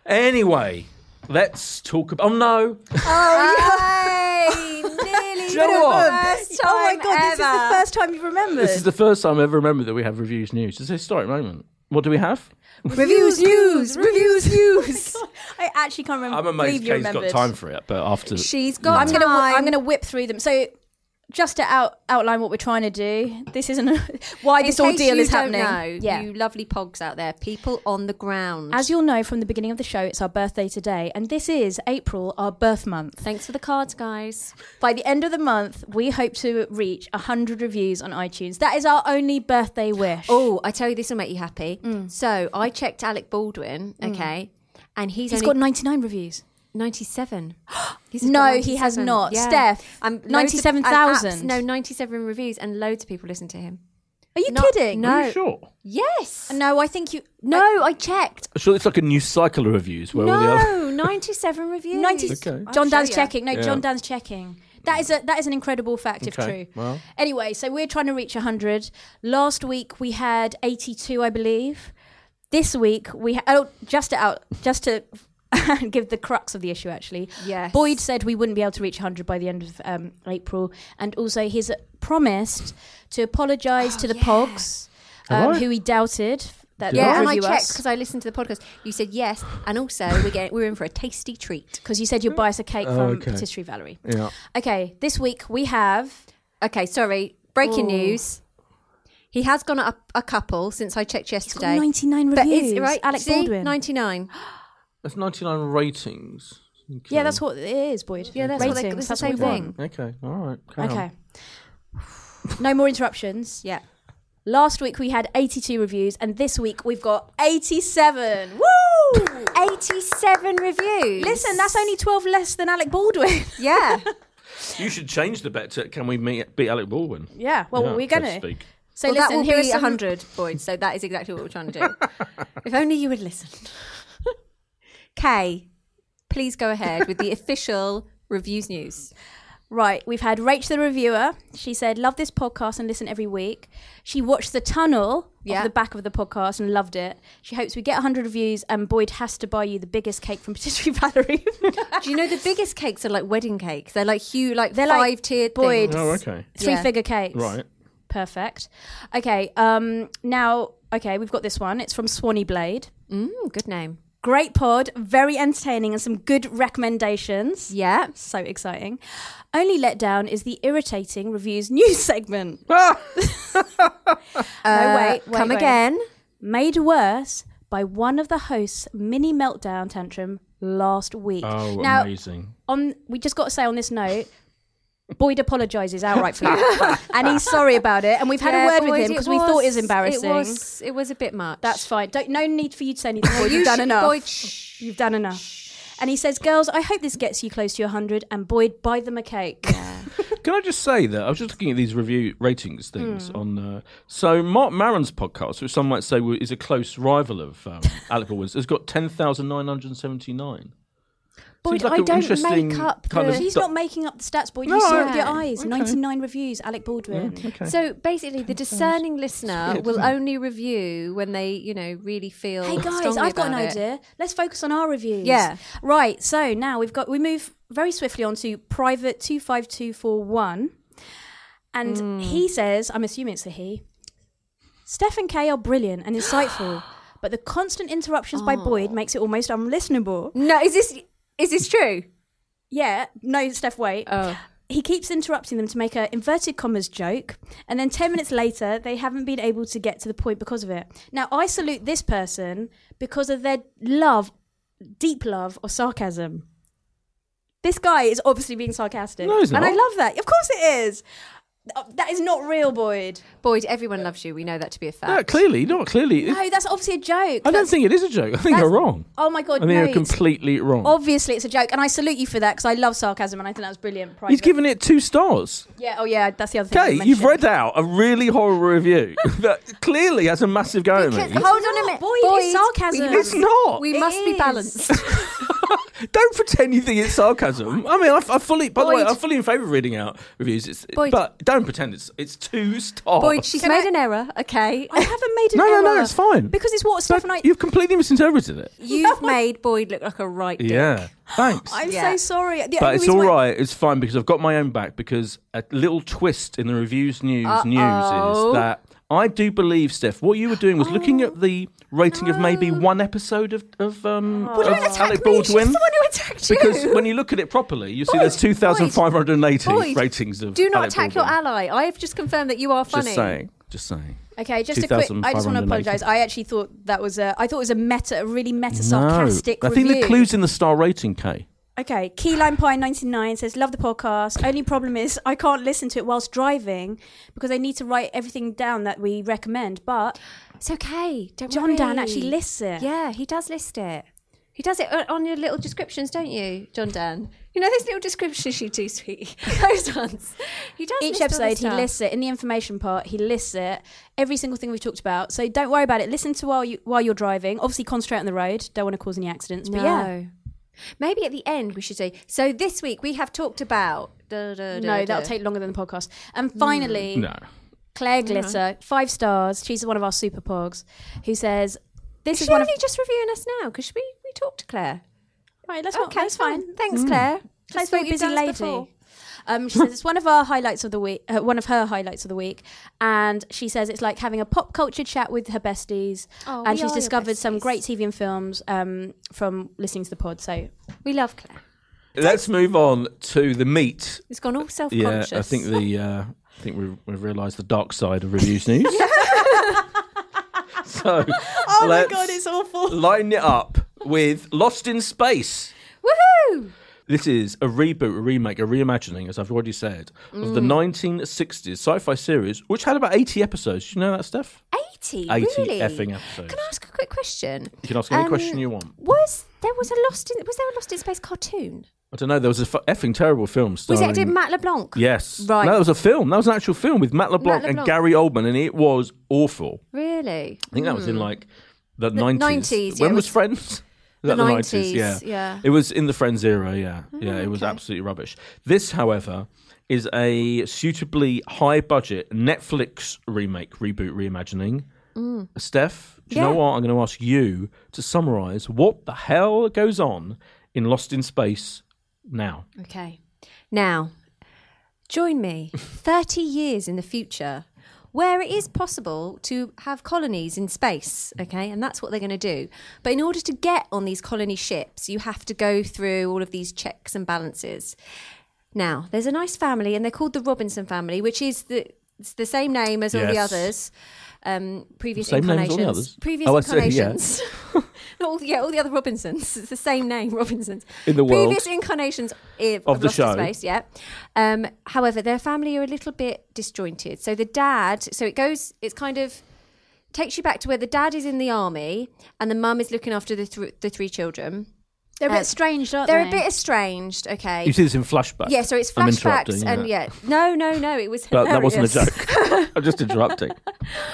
Anyway, let's talk about. Oh no,
Oh, nearly
you know what?
first time
Oh my God, this is the
ever.
first time you've remembered.
this is the first time I ever remember that we have reviews news. It's a historic moment. What do we have?
Reviews, news, reviews, news.
I actually can't remember.
I'm
believe
amazed
you
Kate's got
remembered.
time for it, but after
She's got
I'm
time.
gonna wh- I'm gonna whip through them. So just to out, outline what we're trying to do, this isn't a, why
In
this
case
ordeal
you
is
don't
happening.
know,
yeah.
you lovely pogs out there, people on the ground.
As you'll know from the beginning of the show, it's our birthday today, and this is April, our birth month.
Thanks for the cards, guys.
By the end of the month, we hope to reach 100 reviews on iTunes. That is our only birthday wish.
Oh, I tell you, this will make you happy. So I checked Alec Baldwin, okay, and Mm. he's,
he's
only
got 99 reviews.
97. He's
No,
got
he has
97.
not. Steph,
And loads of-
97,000.
and apps- No, 97 reviews, and loads of people listen to him.
Are you
Not-
kidding?
Are
No.
you sure?
Yes.
No, I think you.
No, I checked.
Sure, it's like a new cycle of reviews where all the other.
No, 97 reviews.
90
Okay.
John
I'll
Dan's
show ya.
checking. No,
Yeah.
John Dan's checking. That is a that is an incredible fact if
Okay,
true.
well.
Anyway, so we're trying to reach 100. Last week we had 82, I believe. This week we ha- oh just to out just to give the crux of the issue actually.
Yes.
Boyd said we wouldn't be able to reach 100 by the end of um, April, and also he's promised to apologise to the Pogs, um,
Have I?
who he doubted that
Yeah,
they'll
and I
review
checked
us
because I listened to the podcast. You said yes, and also we're getting, we're in for a tasty treat.
because you said you'd buy us a cake
Oh,
from
okay.
Patisserie Valerie.
Yeah.
Okay, this week we have
Okay, sorry. Breaking
Ooh.
news. He has gone up a couple since I checked yesterday.
99
But
reviews.
is right,
Alex
see?
Baldwin.
99.
That's 99 ratings.
yeah, that's what it is, Boyd.
Yeah, that's what they-
Ratings,
it's the
that's what
same
we want.
thing.
Okay, all right. carry on.
Okay. No more interruptions.
Yeah.
Last week we had 82 reviews, and this week we've got 87. Woo!
87 reviews.
Listen, that's only 12 less than Alec Baldwin.
Yeah.
You should change the bet to can we meet, beat Alec Baldwin?
yeah, well,
Yeah,
we're
so
gonna.
speak.
So
well,
listen,
that will
here
be
are some-
100, Boyd. So that is exactly what we're trying to do. if only you would listen. Kay, please go ahead with the official reviews news.
Right, we've had Rach the reviewer. She said, "Love this podcast and listen every week." She watched the tunnel
Yeah.
of the back of the podcast and loved it. She hopes we get 100 reviews and Boyd has to buy you the biggest cake from Patisserie Valerie.
Do you know the biggest cakes are like wedding cakes? They're like huge, like
They're like
five tiered
Boyd.
Oh, okay.
Yeah.
Three-figure cakes.
Right.
Perfect. Okay. Um. Now, okay, we've got this one. It's from Swanee Blade.
Mm, good name.
Great pod, very entertaining, and some good recommendations.
Yeah.
So exciting. Only let down is the irritating reviews news segment.
Uh,
wait, wait,
come
wait.
again.
made worse by one of the hosts' mini meltdown tantrum last week.
Oh,
now,
amazing.
on we just got to say on this note, Boyd apologises outright for that, and he's sorry about it. And we've had
Yeah,
a word
Boyd,
with him because we thought it was embarrassing.
It was, it was a bit much.
That's fine. Don't, no need for you to say anything. Boyd,
You
you've done
should-
enough.
Boyd, shh.
You've done enough. And he says, "Girls, I hope this gets you close to your hundred. And Boyd, buy them a cake."
Can I just say that I was just looking at these review ratings things
Hmm.
on. Uh, so Mark Maron's podcast, which some might say w- is a close rival of um, Alec Baldwin's, has got ten thousand nine hundred seventy nine.
Boyd,
like
I
an
don't
interesting
make up
kind
the.
of-
He's
Do-
not making up the stats, Boyd.
No,
you saw it
I-
with your eyes.
okay.
Ninety-nine reviews. Alec Baldwin.
Okay.
So basically, the discerning listener
weird,
will
isn't it?
only review when they, you know, really feel.
Hey guys,
strongly
I've got an
about it.
idea. Let's focus on our reviews.
Yeah.
Right. So now we've got we move very swiftly on to private two five two four one, and he says, I'm assuming it's a he. Steph and Kay are brilliant and insightful, but the constant interruptions by Boyd makes it almost unlistenable.
No, is this is this true?
Yeah. No, Steph, wait.
Oh,
he keeps interrupting them to make a inverted commas joke, and then 10 minutes later, they haven't been able to get to the point because of it. Now, I salute this person because of their love, deep love of sarcasm. This guy is obviously being sarcastic.
No, he's
And I
not.
love that. Of course it is. Uh, That is not real, Boyd.
Boyd, everyone loves you. We know that to be a fact.
no, clearly not. Clearly,
No, that's obviously a joke.
I don't
That's-
think it is a joke. I think
that's-
you're wrong.
Oh my
I
God,
think
no.
you're
it's-
completely wrong.
Obviously, it's a joke, and I salute you for that because I love sarcasm, and I think that was brilliant.
He's
Private-
given it two stars.
yeah, oh yeah, that's the other thing. I
Okay, you've
mentioned.
read out a really horrible review that clearly has a massive go at
Because-
me.
hold on
not,
a minute,
Boyd, it's sarcasm.
we-
It's not.
We
It
must be
is.
balanced.
Don't pretend you think it's sarcasm. I mean, I, I fully. By the way,
Boyd.
I'm fully in favour of reading out reviews. It's,
Boyd.
but don't pretend it's it's two stars.
Boyd, she's
Can
made
I-
an error. Okay,
I haven't made an
No, no,
error.
no, it's fine.
Because it's what Steph and I.
You've completely misinterpreted it.
you've made Boyd look like a right. dick.
Yeah. Thanks.
I'm
Yeah.
so sorry. The
but
only
it's
reason
all
why-
right. It's fine because I've got my own back. Because a little twist in the reviews news news
Uh-oh.
is that I do believe, Steph, what you were doing was looking at the rating of maybe one episode of, of, um,
Oh, Well,
of
don't attack
Alec
me. She's the
Baldwin.
one who attacked you.
Because when you look at it properly, you see there's
Boyd,
2,580
Boyd,
ratings of
do not
Alec
attack
Baldwin.
your ally. I have just confirmed that you are funny.
Just saying. Just saying.
Okay, just a quick. I just want to
2,580.
apologise. I actually thought that was a. I thought it was a meta, a really meta, sarcastic
I think
review.
the clue's in the star rating, Kay.
Okay, Key Lime Pie 99 says, Love the podcast. Only problem is I can't listen to it whilst driving because I need to write everything down that we recommend. But
It's okay. Don't
John Dan
worry.
actually lists it.
Yeah, he does list it. He does it o- on your little descriptions, don't you, John Dan? You know those little descriptions you do, sweetie. Those ones. He does
each
list all the
episode, he
stuff.
lists it in the information part. He lists it every single thing we've talked about. So don't worry about it. Listen to while you while you're driving. Obviously, concentrate on the road. Don't want to cause any accidents. But yeah,
No. Maybe at the end we should say. So this week we have talked about. Da, da, da,
no, that'll
da."
take longer than the podcast. And finally,
Mm.
No.
Claire Glitter, five stars. She's one of our super pogs who says, "This
Is
is
she
one of
only just reviewing us now? Because we we talked to Claire.
right. Let's
Okay,
that's fine.
Oh,
Mm.
Thanks, Claire. Just
Claire's
thought
a very
you'd
busy
done us before.
lady. Um, she says it's one of our highlights of the week, uh, one of her highlights of the week, and she says it's like having a pop culture chat with her besties,
Oh, we
and
are
she's
your
discovered some
besties.
great TV and films um, from listening to the pod. So
We love Claire.
Let's move on to the meat.
It's gone all
Yeah,
self-conscious.
I think the uh, I think we've, we've realised the dark side of reviews news. so, oh let's
awful.
line it up with Lost in Space.
Woohoo!
This is a reboot, a remake, a reimagining, as I've already said, of the
Mm.
1960s sci-fi series, which had about 80 episodes. Do you know that, Steph?
80,
80
really?
effing episodes.
Can I ask a quick question?
You can ask any
Um,
question you want.
Was there was a Lost in was there a Lost in Space cartoon?
I don't know. There was a f- effing terrible film
Was
starring.
it acted Matt LeBlanc?
Yes.
Right.
No, that was a film. That was an actual film with Matt LeBlanc,
LeBlanc.
and Gary Oldman, and it was awful.
Really?
I think that was in like the nineties.
90s, Hmm. yeah,
When
it
was,
was-
Friends? Was that
the 90s,
90s? Yeah.
yeah. Oh,
It was in the Friends era. Yeah. yeah. It was absolutely rubbish. This, however, is a suitably high budget Netflix remake, reboot, reimagining. Steph, do you know
Mm. Yeah.
what? I'm going to ask you to summarize what the hell goes on in Lost in Space now.
Okay. Now, join me 30 years in the future where it is possible to have colonies in space, okay? And that's what they're going to do. But in order to get on these colony ships, you have to go through all of these checks and balances. Now, there's a nice family and they're called the Robinson family, which is the it's the same name as all the
Yes.
others. Um, previous
Same name as all the
incarnations.
others?
Previous
Oh, I see, yeah.
incarnations. Not all, yeah, all the other Robinsons. It's the same name, Robinsons.
In the world.
Previous incarnations i- of,
Of the
Lost in
show.
Space, yeah. Um, however, their family are a little bit disjointed. So the dad, so it goes, it's kind of takes you back to where the dad is in the army and the mum is looking after the, th- the three children.
They're a
Uh,
bit strange, aren't
They're
they?
a bit estranged, okay.
You see this in flashback.
yeah, so it's
I'm
flashbacks
interrupting,
and yeah. No, no, no, it was
But that wasn't a
hilarious.
joke. I'm just interrupting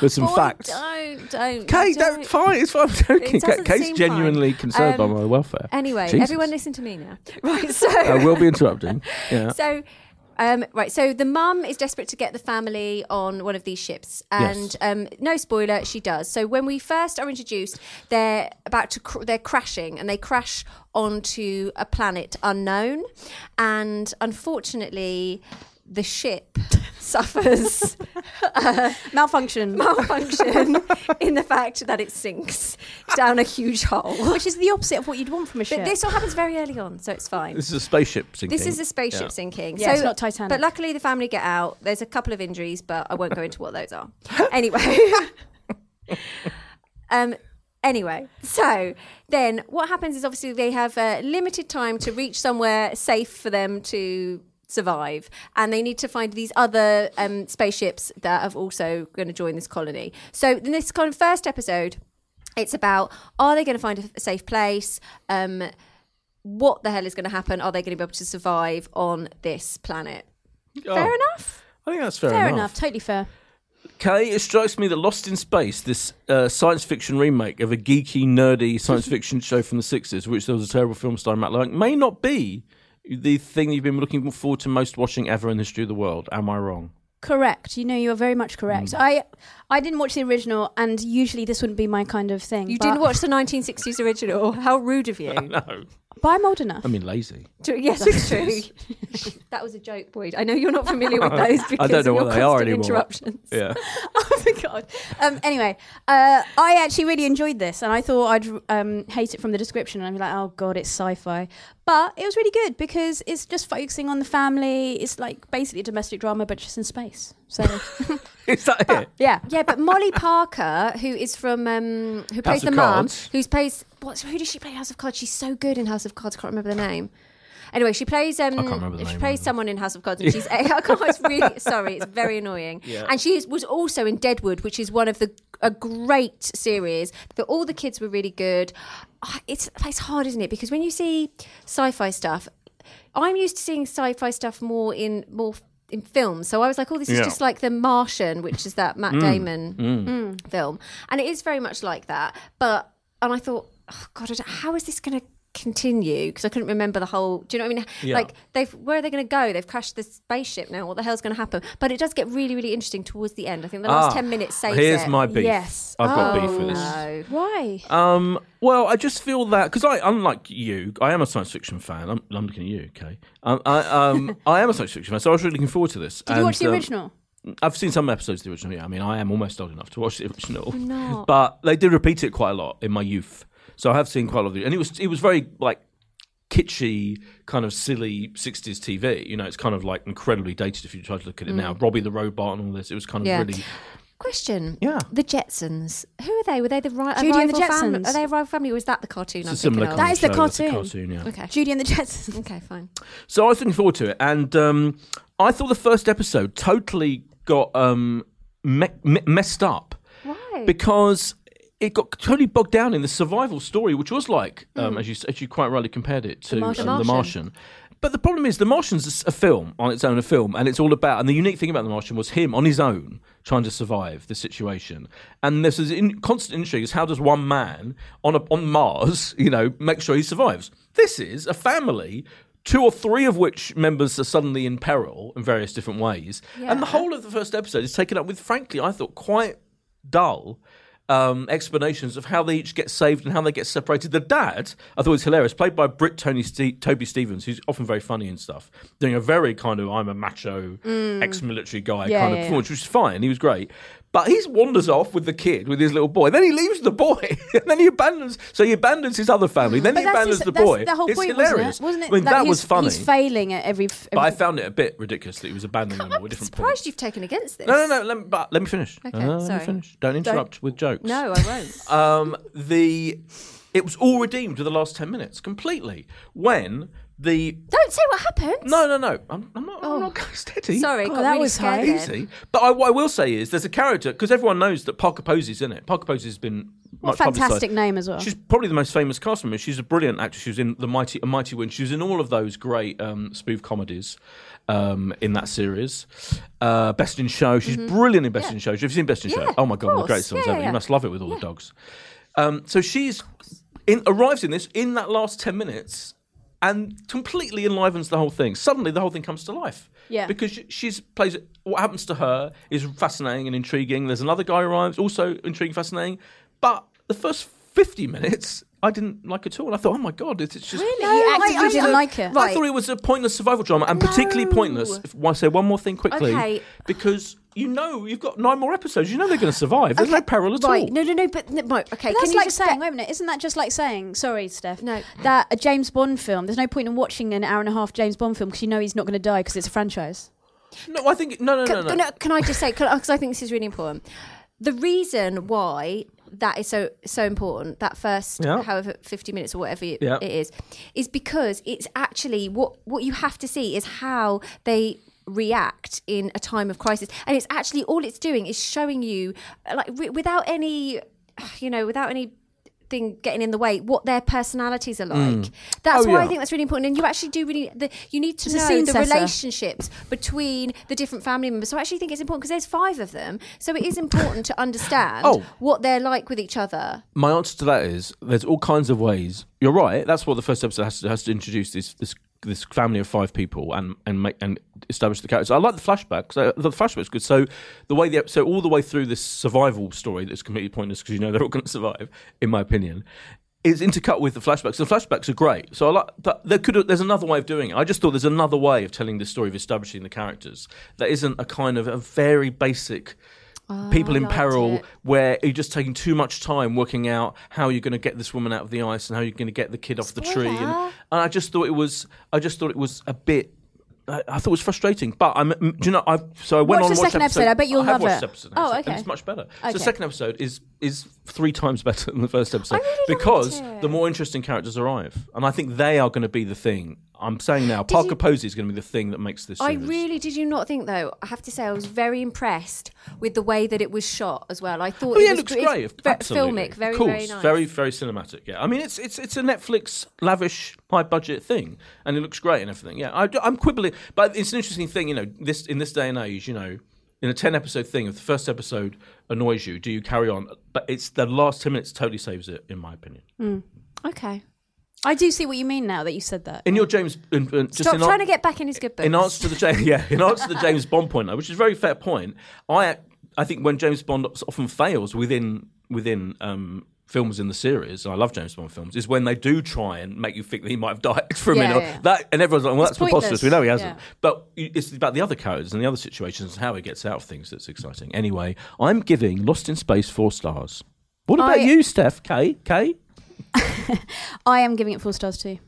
with some
Boy,
facts.
Don't, don't.
Kay,
don't.
don't fine. It's fine. I'm joking.
It doesn't
Kay's
seem
genuinely
fine.
concerned
Um,
by my welfare.
Anyway,
Jesus. Uh,
everyone listen to me now. Right, so.
I will be interrupting. Yeah.
So, um, right. So the mum is desperate to get the family on one of these ships, and
Yes.
um, no spoiler, she does. So when we first are introduced, they're about to cr- they're crashing, and they crash onto a planet unknown, and unfortunately, the ship suffers
malfunction,
malfunction in the fact that it sinks down a huge hole.
which is the opposite of what you'd want from a ship.
But this all happens very early on, so it's fine.
this is a spaceship sinking.
This is a spaceship
Yeah.
sinking.
Yeah, it's not Titanic.
But luckily, the family get out. There's a couple of injuries, but I won't go into what those are. Anyway. um, anyway, so then what happens is obviously they have uh, limited time to reach somewhere safe for them to survive and they need to find these other um, spaceships that are also going to join this colony so in this kind of first episode it's about are they going to find a a safe place um, what the hell is going to happen? Are they going to be able to survive on this planet?
Oh,
Fair enough.
I think that's fair,
fair enough.
enough.
totally fair.
Kay, it strikes me that Lost in Space, this uh, science fiction remake of a geeky, nerdy science fiction show from the 60s, which there was a terrible film starring Matt LeBlanc, may not be the thing you've been looking forward to most watching ever in the history of the world. Am I wrong?
Correct. You know, you are very much correct.
Hmm.
I, I didn't watch the original, and usually this wouldn't be my kind of thing.
You
but-
didn't watch the 1960s original. How rude of you.
No.
But I'm old enough.
I mean, lazy.
True- Yes, it's true. that was a joke, Boyd. I know you're not familiar with those
don't
because
know
of your
what they are
constant
anymore.
interruptions.
Yeah.
oh my god. Um, anyway, uh, I actually really enjoyed this, and I thought I'd um, hate it from the description, and I'd be like, oh god, it's sci-fi. But it was really good because it's just focusing on the family. It's like basically a domestic drama, but just in space. So
Is that it?
yeah,
Yeah, but Molly Parker, who is from um, who plays
of
the mum,
Cards.
who's plays what's who does she play in House of Cards? She's so good in House of Cards. I can't remember the name. Anyway, she plays um,
can't remember the
she
name
plays
either.
someone in House of Cards, and she's I can't, it's really sorry, it's very annoying.
Yeah.
And she is, was also in Deadwood, which is one of the a great series. But all the kids were really good. Ah, It's it's hard, isn't it? Because when you see sci-fi stuff, I'm used to seeing sci-fi stuff more in more in films. So I was like, oh, this is
Yeah.
just like The Martian, which is that
Mm.
Matt Damon Mm. film, and it is very much like that. But and I thought, oh God, I don't- how is this going to continue? Because I couldn't remember the whole. Do you know what I mean?
Yeah.
Like they've where are they going to go? They've crashed the spaceship now. What the hell's going to happen? But it does get really, really interesting towards the end. I think the last
Ah,
ten minutes saves
Here's
it.
my beef.
Yes.
I've got
Oh,
beef with this.
No.
why?
Um, well, I just feel that because I, unlike you, I am a science fiction fan. I'm, I'm looking at you, okay? Um, I, um, I am a science fiction fan, so I was really looking forward to this. uh,
Did you watch the original?
I've seen some episodes of the original. Yeah, I mean, I am almost old enough to watch the original,
not.
but they did repeat it quite a lot in my youth. So I have seen quite a lot of it, and it was it was very like kitschy, kind of silly '60s TV. You know, it's kind of like incredibly dated if you try to look
Mm.
at it now. Robbie the Robot and all this. It was kind of
Yeah.
really
Question.
Yeah.
The Jetsons. Who are they? Were they the right?
Judy and the
Family?
Jetsons.
Are they a rival family, or is that the cartoon?
it's
I'm
a similar.
thinking
Kind
of?
That
of
is the
show. It's a
cartoon.
cartoon, yeah.
Okay.
Judy and the Jetsons.
Okay, fine.
So I was looking forward to it, and um, I thought the first episode totally got um, me- me- messed up
Why?
because it got totally bogged down in the survival story, which was like, um, as you as you quite rightly compared it to
Martian.
um,
Hmm. The
The Martian. But the problem is, The Martian's a s- a film on its own, a film, and it's all about. And the unique thing about The Martian was him on his own trying to survive the situation. And this is in constant intrigue: is how does one man on a, on Mars, you know, make sure he survives? This is a family. Two or three of which members are suddenly in peril in various different ways, and the whole of the first episode is taken up with, frankly, I thought quite dull um, explanations of how they each get saved and how they get separated. The dad, I thought was hilarious, played by Brit Tony Ste- Toby Stevens, who's often very funny and stuff, doing a very kind of I'm a macho ex-military guy
Mm. Yeah,
kind
yeah,
of performance, which was fine. He was great. But he wanders off with the kid, with his little boy. Then he leaves the boy, and then he abandons. So he abandons his other family. Then
But
he
that's
abandons
his-
the
that's
boy.
the whole
it's
point,
hilarious,
wasn't it? Wasn't it?
I mean,
Like,
that
he's-
was funny,
He's failing at every. every
but I found it a bit ridiculous that he was abandoning them all at different
Surprised
points.
you've taken against this.
No, no, no. Let me, but let me finish.
Okay,
Uh, Let
sorry.
me finish. Don't interrupt with jokes.
No, I won't.
um, the it was all redeemed with the last ten minutes completely. When the
Don't say what happened.
no, no, no, I'm, I'm not. I'm not going steady.
Oh, Sorry,
God,
got
that
really
was
scared
high.
then.
Easy, but I, what I will say is there's a character because everyone knows that Parker Posey's in it. Parker Posey's been
what
much
a fantastic
publicised.
name as well.
She's probably the most famous cast member. She's a brilliant actress. She was in the Mighty, a Mighty Wind. She was in all of those great um, spoof comedies um, in that series. Uh, Best in Show. She's brilliant in Best in Show. Have you seen Best in
Mm-hmm. Yeah,
Show? Oh my
of
god, one of the
course.
greatest films
Yeah,
ever.
yeah.
You must love it with all the dogs. Um, so she's in, arrives in this in that last ten minutes and completely enlivens the whole thing. Suddenly, the whole thing comes to life.
Yeah.
because she- she's plays what happens to her is fascinating and intriguing. There's another guy who arrives, also intriguing, fascinating. But the first fifty minutes, I didn't like at all. I thought, oh my god, it's it's just.
No, you actively
I- I-
didn't like it.
I thought it was a pointless survival drama, and particularly pointless. If I say one more thing quickly,
Okay.
because you know you've got nine more episodes, you know they're going to survive. There's no peril at
Right?
all.
No, no, no. But no, right, okay.
But
can
that's
you
like
just
saying, wait a minute, isn't that just like saying, sorry, Steph,
No.
that a James Bond film, there's no point in watching an hour and a half James Bond film because you know he's not going to die because it's a franchise.
No, I think no, no, no,
Can,
no.
no, can I just say? Because I think this is really important. The reason why that is so so important that first
Yeah.
however 50 minutes or whatever it,
Yeah.
it is is because it's actually what what you have to see is how they react in a time of crisis and it's actually all it's doing is showing you like re- without any you know without any thing getting in the way what their personalities are like that's
Oh,
why i
yeah.
think that's really important and you actually do really the, you need to
It's a
know
scene
the
setter.
relationship relationships between the different family members. So I actually think it's important because there's five of them. So it is important to understand
Oh.
what they're like with each other.
my answer to that is there's all kinds of ways. You're right. That's what the first episode has to, has to introduce this this this family of five people and and make and establish the characters. I like the flashbacks. Uh, The flashbacks good. So the way the ep- so all the way through this survival story that's completely pointless because you know they're all going to survive. In my opinion, it's intercut with the flashbacks. The flashbacks are great. So I like that. There could there's another way of doing it. I just thought there's another way of telling this story of establishing the characters that isn't a kind of a very basic. People
Oh, I
in
liked
peril,
it.
where you're just taking too much time working out how you're going to get this woman out of the ice and how you're going to get the kid off the tree, and,
Spoiler.
and I just thought it was, I just thought it was a bit, I, I thought it was frustrating. But I'm, do you know, I so I went
Watch
on
the
and watched
second episode. I bet you'll
have
love
watched
it.
the Episode,
Oh,
episode, and
okay.
it's much better. So
Okay.
the second episode is is three times better than the first episode
I really
because
liked it.
the more interesting characters arrive, and I think they are going to be the thing. I'm saying now,
you-
Parker Posey is going to be the thing that makes this.
I
series.
really did you not think though. I have to say I was very impressed with the way that it was shot as well. I thought
Oh,
it
yeah, it
was
looks
gr- it's
great.
ve-
Absolutely.
filmic, very
Of course,
very nice.
Very, very cinematic. Yeah, I mean, it's it's it's a Netflix lavish, high budget thing, and it looks great and everything. Yeah, I, am quibbling, but it's an interesting thing. You know, this in this day and age, you know, in a ten episode thing, if the first episode annoys you, do you carry on? But it's the last ten minutes totally saves it, in my opinion.
Mm-hmm.
Okay. I do see what you mean now that you said that.
In your James, in, in, just
Stop
in
trying to get back in his good books.
in answer to the James, yeah, in answer to the James Bond point, which is a very fair point, I I think when James Bond often fails within within um, films in the series, and I love James Bond films, is when they do try and make you think that he might have died for a
Yeah,
minute. or-
yeah, yeah.
That and everyone's like, well, that's preposterous.
pointless.
We know he hasn't.
Yeah.
But it's about the other characters and the other situations and how he gets out of things that's exciting. Anyway, I'm giving Lost in Space four stars. What about
I-
you, Steph? Kay, Kay,
I am giving it four stars too.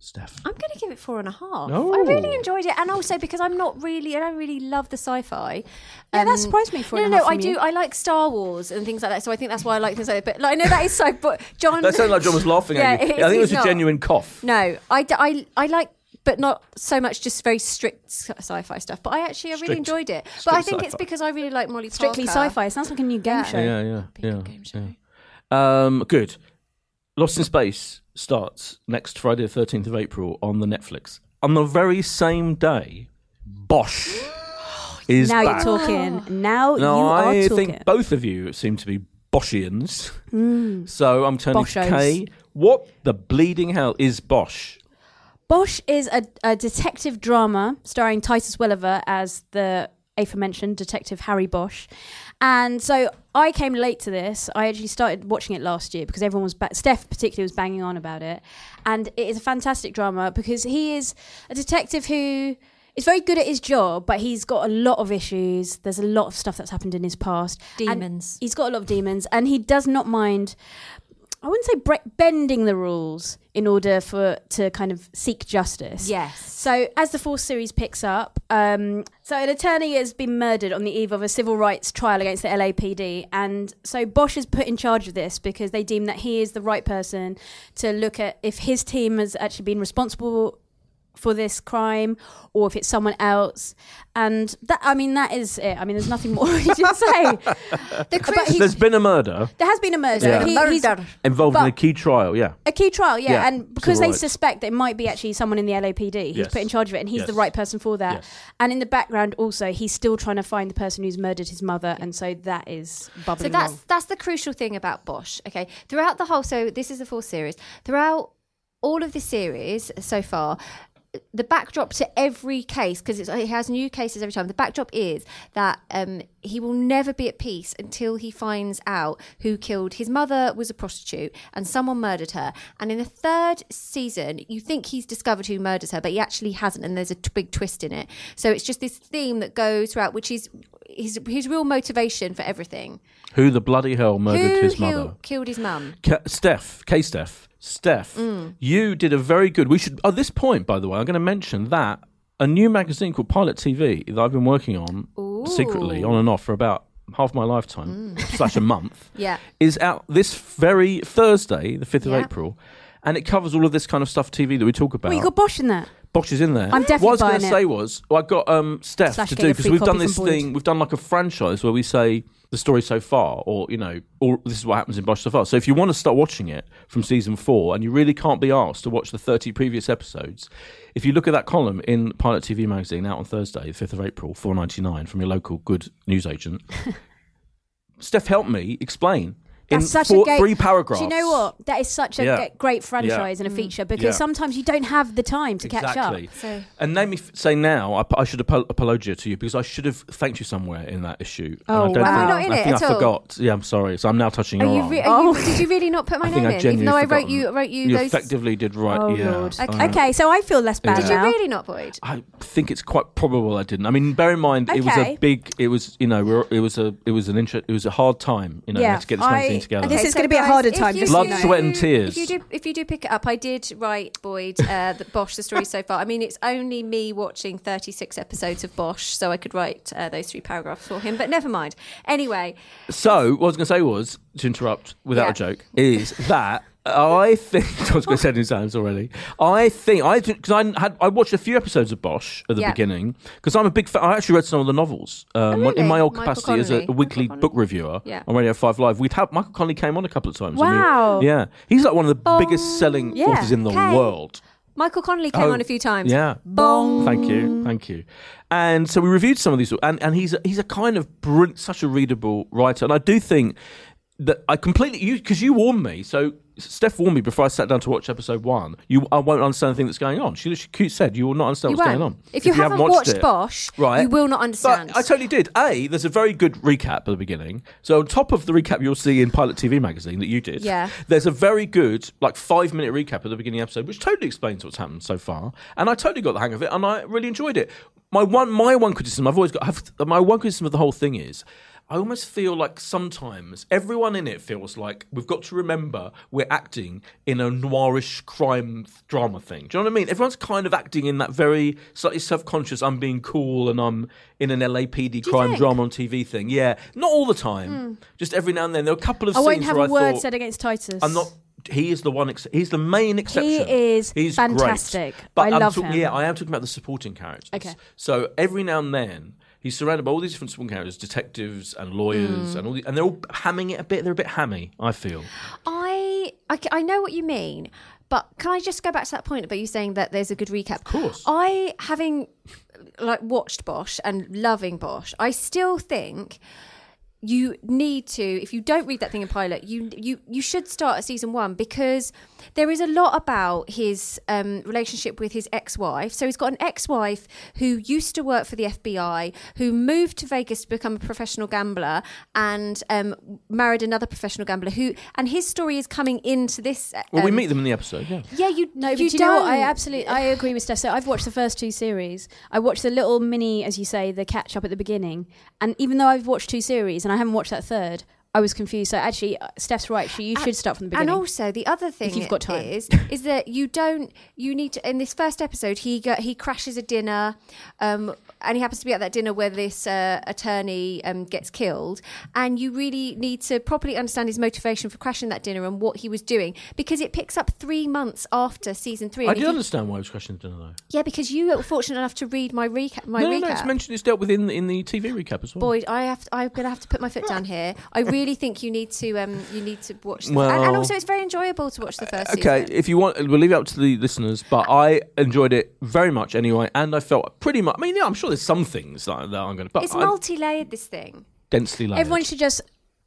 Steph.
I'm going to give it four and a half.
Oh.
I really enjoyed it, and also because I'm not really, I don't really love the sci-fi.
Yeah, that
Um,
surprised me, four
no,
and
no,
a half
no, I
from
do.
you.
I like Star Wars and things like that, so I think that's why I like things like that. But like, I know that is so. But John,
That sounded like John was laughing
Yeah,
at you.
it is-
I think it was
he's
a
not.
genuine cough.
No, I, d- I, I like, but not so much just very strict sci- sci-fi stuff. But I actually, I really
Strict-
enjoyed it. But
strict
I think it's
sci-fi.
because I really like Molly
Strictly
Parker.
sci-fi. It sounds like a new game
Yeah.
show.
Yeah, yeah,
Be a
yeah.
good game show.
Um, good. Lost in Space starts next Friday, the 13th of April on the Netflix. On the very same day, Bosch is
Now
back.
you're talking. Now you
Now,
are
I
talking.
think both of you seem to be Boschians.
Mm.
So I'm turning
Boschos.
to Kay. What the bleeding hell is Bosch?
Bosch is a, a detective drama starring Titus Welliver as the aforementioned detective Harry Bosch. And so I came late to this. I actually started watching it last year because everyone was, ba- Steph particularly was banging on about it. And it is a fantastic drama because he is a detective who is very good at his job, but he's got a lot of issues. There's a lot of stuff that's happened in his past. And
Demons.
he's got a lot of demons and he does not mind I wouldn't say bre- bending the rules in order for to kind of seek justice.
Yes.
So as the fourth series picks up, um, so an attorney has been murdered on the eve of a civil rights trial against the LAPD, and so Bosch is put in charge of this because they deem that he is the right person to look at if his team has actually been responsible for this crime or if it's someone else. And that I mean that is it. I mean there's nothing more you can say.
The
But he-
There's been a murder
there has been a murder.
Yeah.
He- he's-
involved in a
But-
key trial, yeah.
a key trial, yeah,
Yeah,
and because
civil
they
rights.
suspect that it might be actually someone in the LAPD, he's
Yes.
put in charge of it, and he's the
Yes.
right person for that.
Yes.
And in the background, also, he's still trying to find the person who's murdered his mother, and so that is
So
bubbling
that's
along.
that's the crucial thing about Bosch. Okay, throughout the whole, so this is the full series. Throughout all of the series so far, the backdrop to every case because it has new cases every time. The backdrop is that um, he will never be at peace until he finds out who killed his mother was a prostitute and someone murdered her. And in the third season, you think he's discovered who murders her, but he actually hasn't. And there's a t- big twist in it. So it's just this theme that goes throughout, which is his his real motivation for everything
Who the bloody hell murdered
who
his
kill-
mother?
killed his mum?
K- Steph, K Steph, Steph,
Mm.
you did a very good. We should, at this point, by the way, I'm going to mention that a new magazine called Pilot TV that I've been working on secretly, on and off, for about half my lifetime,
Mm.
slash a month,
Yeah.
is out this very Thursday, the 5th
Yeah.
of April. And it covers all of this kind of stuff TV that we talk about.
Well, you got Bosch in that.
Bosch is in there.
I'm definitely
What I was
buying
to
it.
say was well, I got um, Steph
Slash
to
getting
do
a
because
free
we've
copy
done this
from Boyd.
thing. We've done like a franchise where we say the story so far, or you know, or this is what happens in Bosch so far. So if you want to start watching it from season four, and you really can't be asked to watch the 30 previous episodes, if you look at that column in Pilot TV magazine out on Thursday, the 5th of April, 4.99 from your local good news agent, Steph helped me explain. in
That's such
four,
a great,
three paragraphs.
Do you know what? That is such a
Yeah.
ge- great franchise
Mm.
and a feature because
Yeah.
sometimes you don't have the time to catch
Exactly.
up.
So-
And made me f- say now, I, p- I should apo- apologize to you because I should have thanked you somewhere in that issue.
Oh,
and I don't think,
wow. Am I
in
not
I
it
think
at
I
all?
forgot. Yeah, I'm sorry. So I'm now touching
Are
your
you,
arm.
re-
Oh.
are you, did you really not put my
I think
name
I
in? Even
genuinely
though I wrote
forgotten.
you, wrote you,
You
those.
effectively did right.
Oh,
yeah. Uh-huh.
Lord.
I
Okay.
know.
Okay, so I feel less bad
Did
Did you
now.
really not, Boyd?
I think it's quite probable I didn't. I mean, bear in mind it was a
Okay.
big. It was you know we were, it was a it was an inter- it was a hard time you know we had to get this magazine
I-
together.
this is gonna be a harder
if
time,
you
just
so you
do-
know. Blood, sweat and tears.
If you do, if you do pick it up, I did write Boyd uh, the Bosch the story so far. I mean, it's only me watching 36 episodes of Bosch, so I could write uh, those three paragraphs for him. But never mind. Anyway,
So what I was going to say was to interrupt without
Yeah.
a joke is that I think I was going to say it in sounds already. I think I because I had I watched a few episodes of Bosch at the
Yeah. Oh,
beginning because I'm a big fan. I actually read some of the novels um,
really?
in my old
Michael
capacity as a,
Connolly.
a weekly
Michael
book reviewer
Yeah.
on Radio Five Live. We'd have Michael Connolly came on a couple of times. and we-
Wow.
yeah, he's like one of the biggest selling
Yeah.
authors in the
Oh, Okay.
world.
Michael Connolly came
Oh,
on a few times.
Yeah.
Bong.
Thank you, thank you. And so we reviewed some of these, and, and he's a, he's a kind of brilliant, such a readable writer, and I do think that I completely you because you warned me. So Steph warned me before I sat down to watch episode one. You, I won't understand the thing that's going on. She, she said you will not understand
You
what's
won't.
going on
If you, haven't, watched
it."
Bosch,
Right.
you will not understand.
But I totally did. A, there's a very good recap at the beginning. So on top of the recap you'll see in Pilot TV magazine that you did,
Yeah.
there's a very good like five minute recap at the beginning of the episode, which totally explains what's happened so far. And I totally got the hang of it, and I really enjoyed it. My one, my one criticism I've always got. I've, my one criticism of the whole thing is. I almost feel like sometimes everyone in it feels like we've got to remember we're acting in a noirish crime drama thing. Do you know what I mean? Everyone's kind of acting in that very slightly self conscious, I'm being cool and I'm in an LAPD crime
think?
drama on TV thing. Yeah, not all the time, just every now and then. There are a couple of
Hmm.
scenes
I won't have
where
a word
thought,
said against Titus.
I'm not. He is the one. Ex- he's the main exception.
is
He's great.
fantastic.
I'm
I love
talk-
him.
Yeah, I am talking about the supporting characters.
Okay.
So every now and then. He's surrounded by all these different supporting characters, detectives and lawyers, and all the, and they're all hamming it a bit. They're a bit hammy, I feel.
I, I c- I know what you mean, but can I just go back to that point about you saying that there's a good recap? Of
course.
I having like watched Bosch and loving Bosch, I still think you need to if you don't read that thing in pilot you you you should start at season 1 because there is a lot about his um, relationship with his ex-wife so he's got an ex-wife who used to work for the FBI who moved to Vegas to become a professional gambler and um, married another professional gambler who and his story is coming into this uh,
Well, we
um,
meet them in the episode. Yeah.
yeah you
No, but
you
do you know what? I
don't.
absolutely I agree with Steph. So I've watched the first two series. I watched the little mini, as you say, the catch up at the beginning. And even though I've watched two series and I haven't watched that third, I was confused. So actually, uh, Steph's right. She, you should start from the beginning.
And also, the other thing
you've got time.
is is that you don't you need to. In this first episode, he go, he crashes a dinner, um, and he happens to be at that dinner where this uh, attorney um, gets killed. And you really need to properly understand his motivation for crashing that dinner and what he was doing because it picks up three months after season
I
three. And
do
if you-
understand why it was questioned dinner though.
yeah, because you were fortunate enough to read my recap. My
no,
recap.
no, no, it's mentioned. It's dealt with in, in the TV recap as well.
Boyd, I have to, I'm gonna have to put my foot down here. I really think you need to um you need to watch. The, and, and
Well-
also, it's very enjoyable to watch the first.
Okay,
season.
if you want, we'll leave it up to the listeners. But I enjoyed it very much anyway, and I felt pretty much. I mean, yeah, I'm sure there's some things that, that I'm going to, but
It's
I-
multi-layered. This thing.
densely layered.
Everyone should just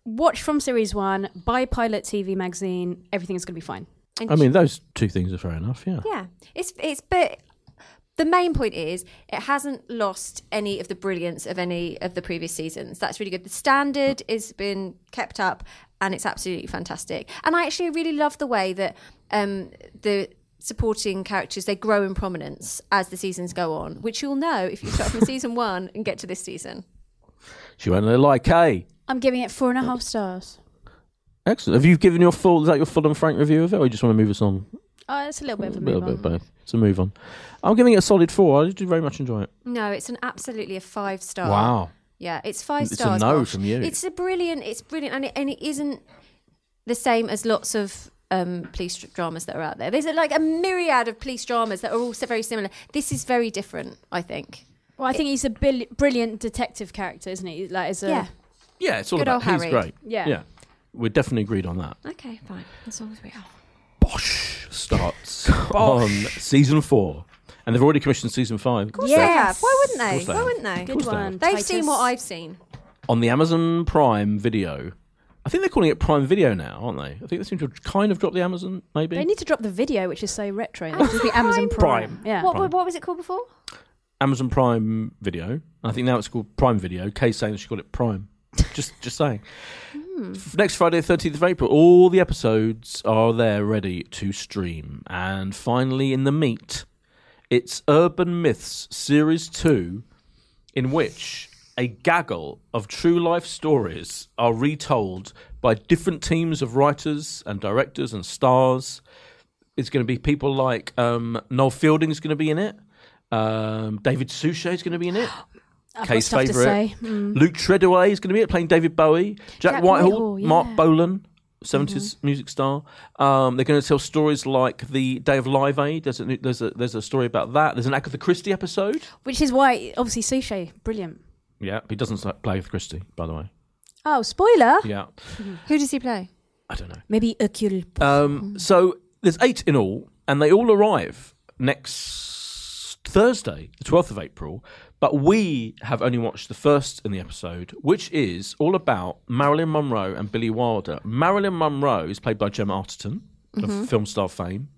watch from series one, buy Pilot TV magazine. Everything is going to be fine.
And
I mean, those two things are fair enough. Yeah.
yeah, it's it's but the main point is it hasn't lost any of the brilliance of any of the previous seasons. That's really good. The standard
Mm.
is been kept up, and it's absolutely fantastic. And I actually really love the way that um the supporting characters they grow in prominence as the seasons go on which you'll know if you start from season one and get to this season
She went like, "Hey,
I'm giving it four and a half stars.
excellent. Have you given your full? Is that your full and frank review of it, or you just want to move us on?
Oh, it's a little bit of a
A
move
little
on.
bit, both. So move on. I'm giving it a solid four. I did very much enjoy it.
no it's an absolutely a five star Yeah, it's five
It's a
stars.
no
Bosch.
from you.
It's a brilliant. It's brilliant, and it and it isn't the same as lots of um, police dr- dramas that are out there. There's like a myriad of police dramas that are all so very similar. This is very different, I think.
Well, I think he's a bil- brilliant detective character, isn't he? Like, as a,
yeah.
Yeah, it's all
Good
about.
old
He's
Harry.
great.
Yeah.
Yeah. We're definitely agreed on that.
Okay, fine. As long as we are.
Bosch starts on season four, and they've already commissioned season five. Of
course
Yes.
they have. Why wouldn't
Of
they?
course they
Why
have.
wouldn't they?
Good
course they
one.
have.
They've
Titus.
seen what I've seen.
on the Amazon Prime video. I think they're calling it Prime Video now, aren't they? I think they seem to have kind of dropped the Amazon, maybe.
They need to drop the video, which is so retro. This is the Amazon Prime.
Prime.
Yeah.
What,
Prime.
what was it called before?
Amazon Prime Video. I think now it's called Prime Video. Kay's saying she called it Prime. Just, just saying. F- Next Friday, thirteenth of April, all the episodes are there, ready to stream. And finally, in the meat, it's Urban Myths Series Two, in which a gaggle of true life stories are retold by different teams of writers and directors and stars. It's going to be people like um, Noel Fielding is going to be in it. Um, David Suchet is going to be in it.
I've got
Kay's
stuff to
favourite.
say. Hmm.
Luke Treadaway is going to be it, playing David Bowie. Jack,
Jack
Whitehall, Mm-hmm.
Whitehall,
Mark
yeah.
Bolan, 70s music star. Um, they're going to tell stories like the Day of Live Aid. There's a, there's a there's a story about that. There's an Agatha Christie episode.
Which is why, obviously, Suchet, brilliant.
Yeah, he doesn't s- play with Christie, by the way.
Oh, spoiler.
Yeah,
Who does he play?
I don't know.
Maybe Hercule.
Um, so there's eight in all, and they all arrive next Thursday, the 12th of April. But we have only watched the first in the episode, which is all about Marilyn Monroe and Billy Wilder. Marilyn Monroe is played by Gemma Arterton of film star fame.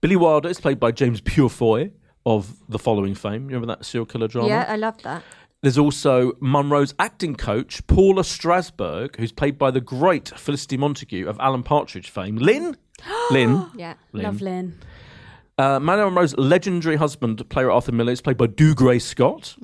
Billy Wilder is played by James Purefoy of the following fame. You remember that serial killer drama?
Yeah, I love that.
There's also Munro's acting coach, Paula Strasberg, who's played by the great Felicity Montague of Alan Partridge fame. Lynn? Lynn.
Yeah.
Lynn.
Love Lynn.
Uh, Marilyn Monroe's legendary husband, player Arthur Miller, is played by Do Gray Scott.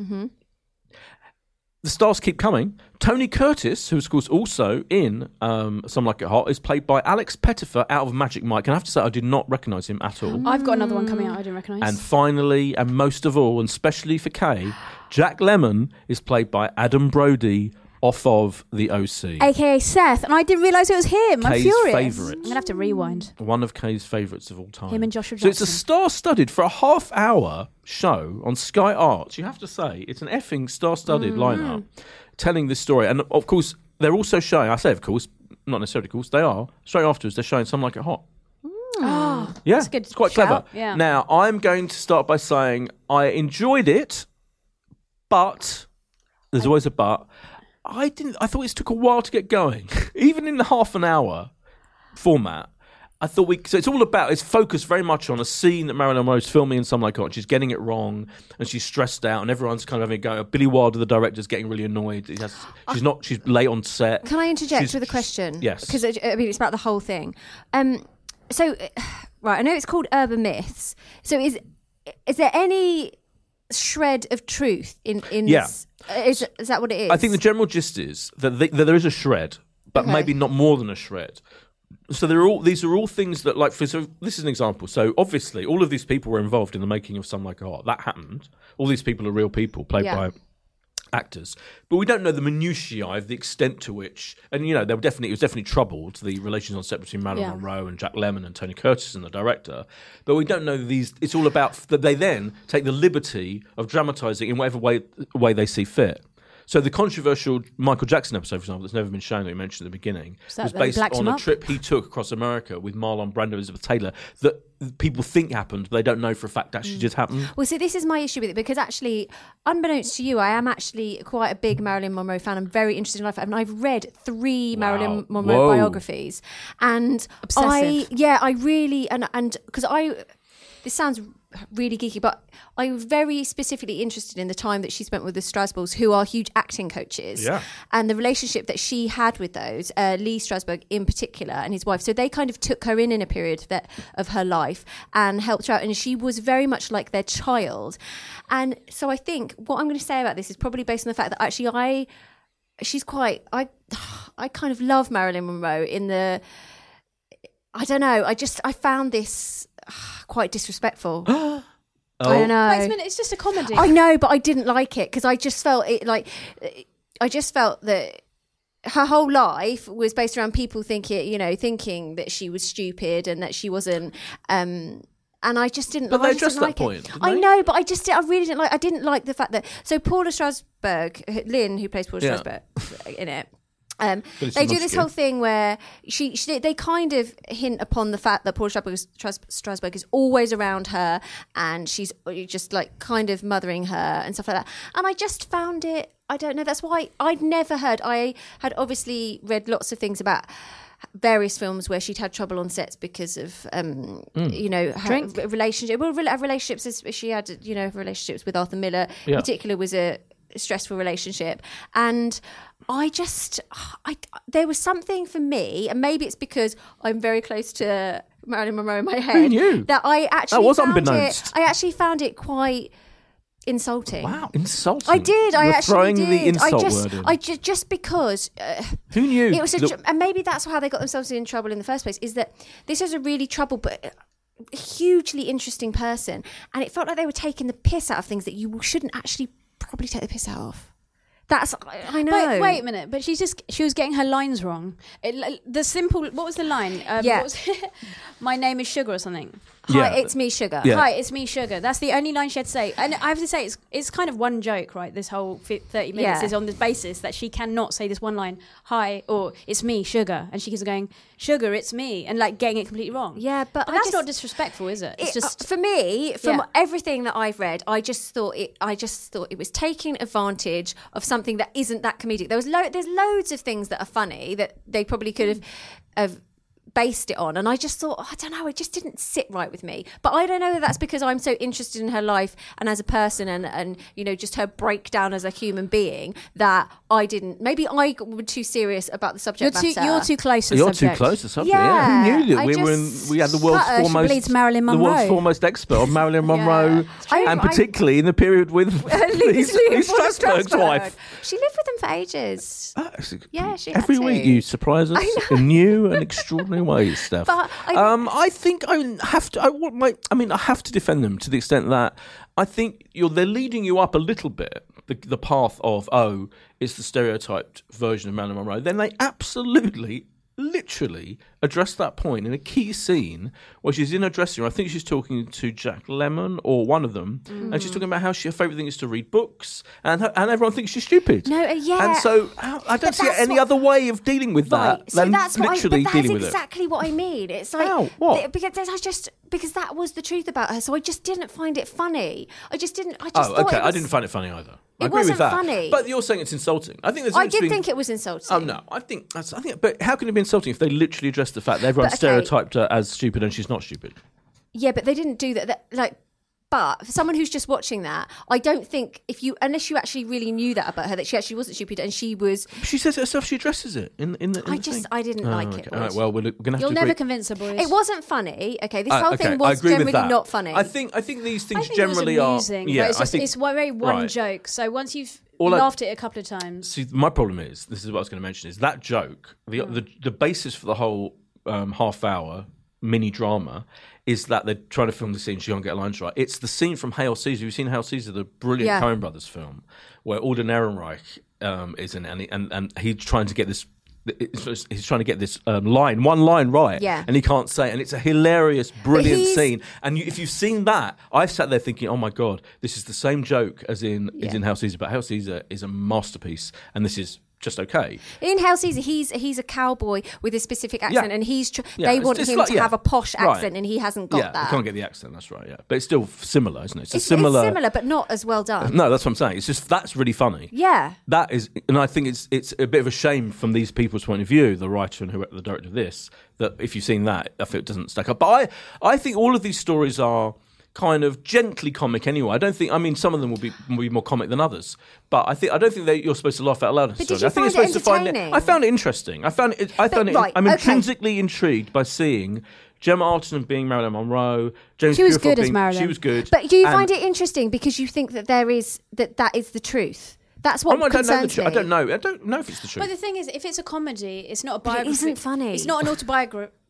The stars keep coming. Tony Curtis, who is, of course, also in um, Some Like It Hot, is played by Alex Pettifer out of Magic Mike. And I have to say, I did not recognise him at all.
I've got another one coming out I didn't recognise.
And finally, and most of all, and especially for Kay, Jack Lemon is played by Adam Brody off of The OC.
AKA Seth. And I didn't realise it was him. I'm
Kay's
furious.
favourite.
I'm going to have to rewind.
One of Kay's favourites of all time.
Him and Joshua
So it's a
Jackson.
star studded for a half hour show on Sky Arts. You have to say, it's an effing star
Mm.
studded lineup telling this story. And of course, they're also showing, I say of course, not necessarily of course, they are. Straight afterwards, they're showing Some Like It Hot.
Oh,
Yeah,
That's a good
it's quite
shout,
clever.
yeah.
Now, I'm going to start by saying I enjoyed it, but there's always a but. I didn't. I thought it took a while to get going, even in the half an hour format. I thought we. So it's all about. It's focused very much on a scene that Marilyn Monroe's filming in some like that. She's getting it wrong, and she's stressed out, and everyone's kind of having a go. Billy Wilder, the director's, getting really annoyed. He has, she's not. She's late on set.
Can I interject
She's-
with a question?
Yes.
Because I I mean, it's about the whole thing. Um, so, right, I know it's called urban myths. So, is is there any shred of truth in in
Yeah.
this? Uh, Is, is that what it is?
I think the general gist is that, the, that there is a shred, but
Okay.
maybe not more than a shred. So there are all these are all things that like for so this is an example. So obviously all of these people were involved in the making of Some Like Art. That happened. All these people are real people played
Yeah.
by actors, but we don't know the minutiae of the extent to which. And you know, there were definitely it was definitely troubled the relations on set between Marilyn
Yeah.
Monroe and Jack Lemmon and Tony Curtis and the director. But we don't know these. It's all about f- that they then take the liberty of dramatizing in whatever way way they see fit. So the controversial Michael Jackson episode, for example, that's never been shown that we mentioned at the beginning,
that
was
that they
based
blacked
on
him
a
up?
trip he took across America with Marlon Brando and Elizabeth Taylor that people think happened, but they don't know for a fact actually did happen.
Well, see, this is my issue with it because actually, unbeknownst to you, I am actually quite a big Marilyn Monroe fan. I'm very interested in life, and I've read three Marilyn Monroe
Whoa.
biographies, and I,
Obsessive.
yeah, I really and and because I, this sounds really geeky, but I'm very specifically interested in the time that she spent with the Strasbourgs, who are huge acting coaches,
Yeah.
and the relationship that she had with those uh, Lee Strasberg in particular and his wife. So they kind of took her in in a period that, of her life and helped her out, and she was very much like their child. And so I think what I'm going to say about this is probably based on the fact that actually I, she's quite I, I kind of love Marilyn Monroe in the. I don't know. I just I found this quite disrespectful. I don't know.
Wait a minute, it's just a comedy.
I know, but I didn't like it because I just felt it like I just felt that her whole life was based around people thinking, you know, thinking that she was stupid and that she wasn't. Um, and I just didn't.
But
I
they addressed
just didn't
that
like
point,
It.
didn't
I
they?
know, but I just did, I really didn't like. I didn't like the fact that so Paula Strasberg, Lynn, who plays Paula
Yeah.
Strasberg in it. Um,
But it's
they do
not
this
good.
whole thing where she, she they kind of hint upon the fact that Paul Strasberg, is- Stras- Strasberg is always around her and she's just like kind of mothering her and stuff like that. And I just found it. I don't know. That's why I'd never heard. I had obviously read lots of things about various films where she'd had trouble on sets because of um,
Mm.
you know her
Drink?
re- relationship. Well, re- her relationships. is- She had you know her relationships with Arthur Miller.
Yeah.
In particular, was a stressful relationship and i just i there was something for me and maybe it's because i'm very close to marilyn monroe in my head
knew?
that i actually
was
found
unbeknownst.
it i actually found it quite insulting
Wow, insulting.
I did. I
You're
actually
throwing
did.
the insult
I just,
word in.
I ju- just because uh,
Who knew?
it was, a,
that-
tr- and maybe that's how they got themselves in trouble in the first place. Is that this is a really trouble, but a hugely interesting person, and it felt like they were taking the piss out of things that you shouldn't actually probably take the piss out of. That's I I know.
But wait a minute, but she's just she was getting her lines wrong. It, like, the simple what was the line? Um,
Yeah.
what was- my name is sugar or something.
Hi,
Yeah.
it's me, sugar.
Yeah.
Hi, it's me, sugar. That's the only line she had to say, and I have to say it's it's kind of one joke, right? This whole fi- thirty minutes
Yeah.
is on the basis that she cannot say this one line, hi or it's me, sugar, and she keeps going, sugar, it's me, and like getting it completely wrong.
Yeah, but I
that's
just-
not disrespectful, is it? It's
It-
just
uh, for me, from
Yeah.
everything that I've read, I just thought it. I just thought it was taking advantage of something that isn't that comedic. There was lo- there's loads of things that are funny that they probably could have, have based it on, and I just thought oh, I don't know, it just didn't sit right with me. But I don't know that that's because I'm so interested in her life and as a person, and and you know just her breakdown as a human being that I didn't. Maybe I g- were too serious about the subject
you're too
matter.
you're too close. To the
You're
subject.
too close to something. Yeah.
Yeah,
Who knew that
I
we were in,
just-
we had the world's
Her, she
foremost
bleeds Marilyn
the world's
Monroe.
foremost expert on Marilyn Monroe,
true.
and
I-
particularly in the period with Lee, Lee Strasberg's wife.
She lived with them for ages.
That's-
Yeah, she had
Every
to.
week you surprise us in new and extraordinary ways, Steph.
But I-
um, I think I have to. I want my. I mean, I have to defend them to the extent that I think you're. They're leading you up a little bit the, the path of oh, it's the stereotyped version of Marilyn Monroe. Then they absolutely. Literally address that point in a key scene where she's in her dressing room. I think she's talking to Jack Lemon or one of them, and
Mm.
she's talking about how she, her favorite thing is to read books, and her, and everyone thinks she's stupid.
No, uh, yeah.
And so how, I don't
But
see
that's
any
what-
other way of dealing with that
Right. So
than
that's what I,
Uh, literally
but that's
dealing with it.
exactly what I mean. It's like
How? What?
th- because there's- I just because that was the truth about her. So I just didn't find it funny. I just didn't. I just
Oh,
thought
okay.
It
I
was-
didn't find it funny either. I
It
agree with
wasn't
that.
funny.
But you're saying it's insulting. I think there's.
I did think it was insulting.
Oh no, I think that's. I think, but how can it be insulting if they literally address the fact that everyone
But, okay.
stereotyped her as stupid and she's not stupid?
Yeah, but they didn't do that. that like. But for someone who's just watching that, I don't think if you, unless you actually really knew that about her, that she actually wasn't stupid and she was.
She says it herself. She addresses it in in the. In
I
the
just-
thing.
I didn't
Oh,
like
okay.
it,
All right.
boys.
Well, we'll we're going to have
You'll
to
never
agree.
convince her, boys.
It wasn't funny. Okay, this
Uh,
whole
okay,
thing
I
was
agree with
generally
that.
not funny.
I think I think these
I
things
think
generally
it was amusing,
are. Yeah,
but it's
I
just
think
it's very one
right.
joke. So once you've
All I-
laughed at it a couple of times,
See, my problem is this is what I was going to mention is that joke. The
Mm.
the, the basis for the whole um, half hour mini drama is that they're trying to film the scene. She can't get her lines right. It's the scene from Hail Caesar. You've seen Hail Caesar, the brilliant
Yeah.
Coen Brothers film, where Alden Ehrenreich um, is in, and, he- and and he's trying to get this. it's- He's trying to get this um, line, one line right,
Yeah.
and he can't say. it. And it's a hilarious, brilliant
he's-
scene. And you, if you've seen that, I've sat there thinking, "Oh my god, this is the same joke as in as in Hail Caesar, but Hail Caesar is a masterpiece, and this is just okay."
In Hell Caesar, he's he's a cowboy with a specific accent,
Yeah.
and he's tr-
Yeah,
they
it's
want
just
him
like-
to
yeah.
have a posh
Right.
accent, and he hasn't got
yeah,
that.
I can't get the accent. That's right. Yeah, but it's still f- similar, isn't it? It's,
it's,
a
it's
similar. Mm-hmm.
similar, but not as well done.
No, that's what I'm saying. It's just that's really funny.
Yeah.
That is, and I think it's it's a bit of a shame from these people's point of view, the writer and who the director of this, that if you've seen that, I feel it doesn't stack up. But I, I think all of these stories are kind of gently comic anyway. I don't think, I mean, some of them will be, will be more comic than others, but I think I don't think that you're supposed to laugh out loud. But
did you
I think
find it
supposed to find it.
entertaining?
I found it interesting. I found it. I found it.
right,
I'm
okay.
intrinsically intrigued by seeing. Gemma Arterton being Marilyn Monroe, James
She was
Purefoy
good as
being- She
Marilyn.
was good,
But do you
and-
find it interesting because you think that there is that that is the truth? That's what
Oh, I don't know. The
concerns
tru- I
me.
don't know. I don't know if it's the truth.
But the thing is, if it's a comedy, it's not a
it
biography.
isn't funny.
It's not an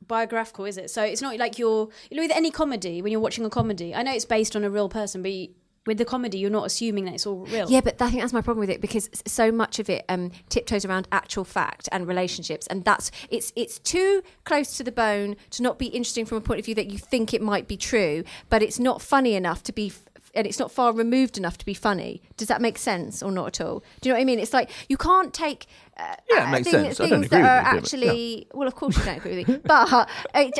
autobiographical, is it? So it's not like you're you know, with any comedy when you're watching a comedy. I know it's based on a real person, but you, with the comedy, you're not assuming that it's all real.
Yeah, but I think that's my problem with it because s- so much of it um, tiptoes around actual fact and relationships, and that's it's it's too close to the bone to not be interesting from a point of view that you think it might be true, but it's not funny enough to be f- and it's not far removed enough to be funny. Does that make sense or not at all? Do you know what I mean? It's like you can't take uh,
Yeah, it
uh,
makes
thing-
sense. I
things
don't agree
that are
with you, but-
actually well, of course you don't agree with me, but uh, it,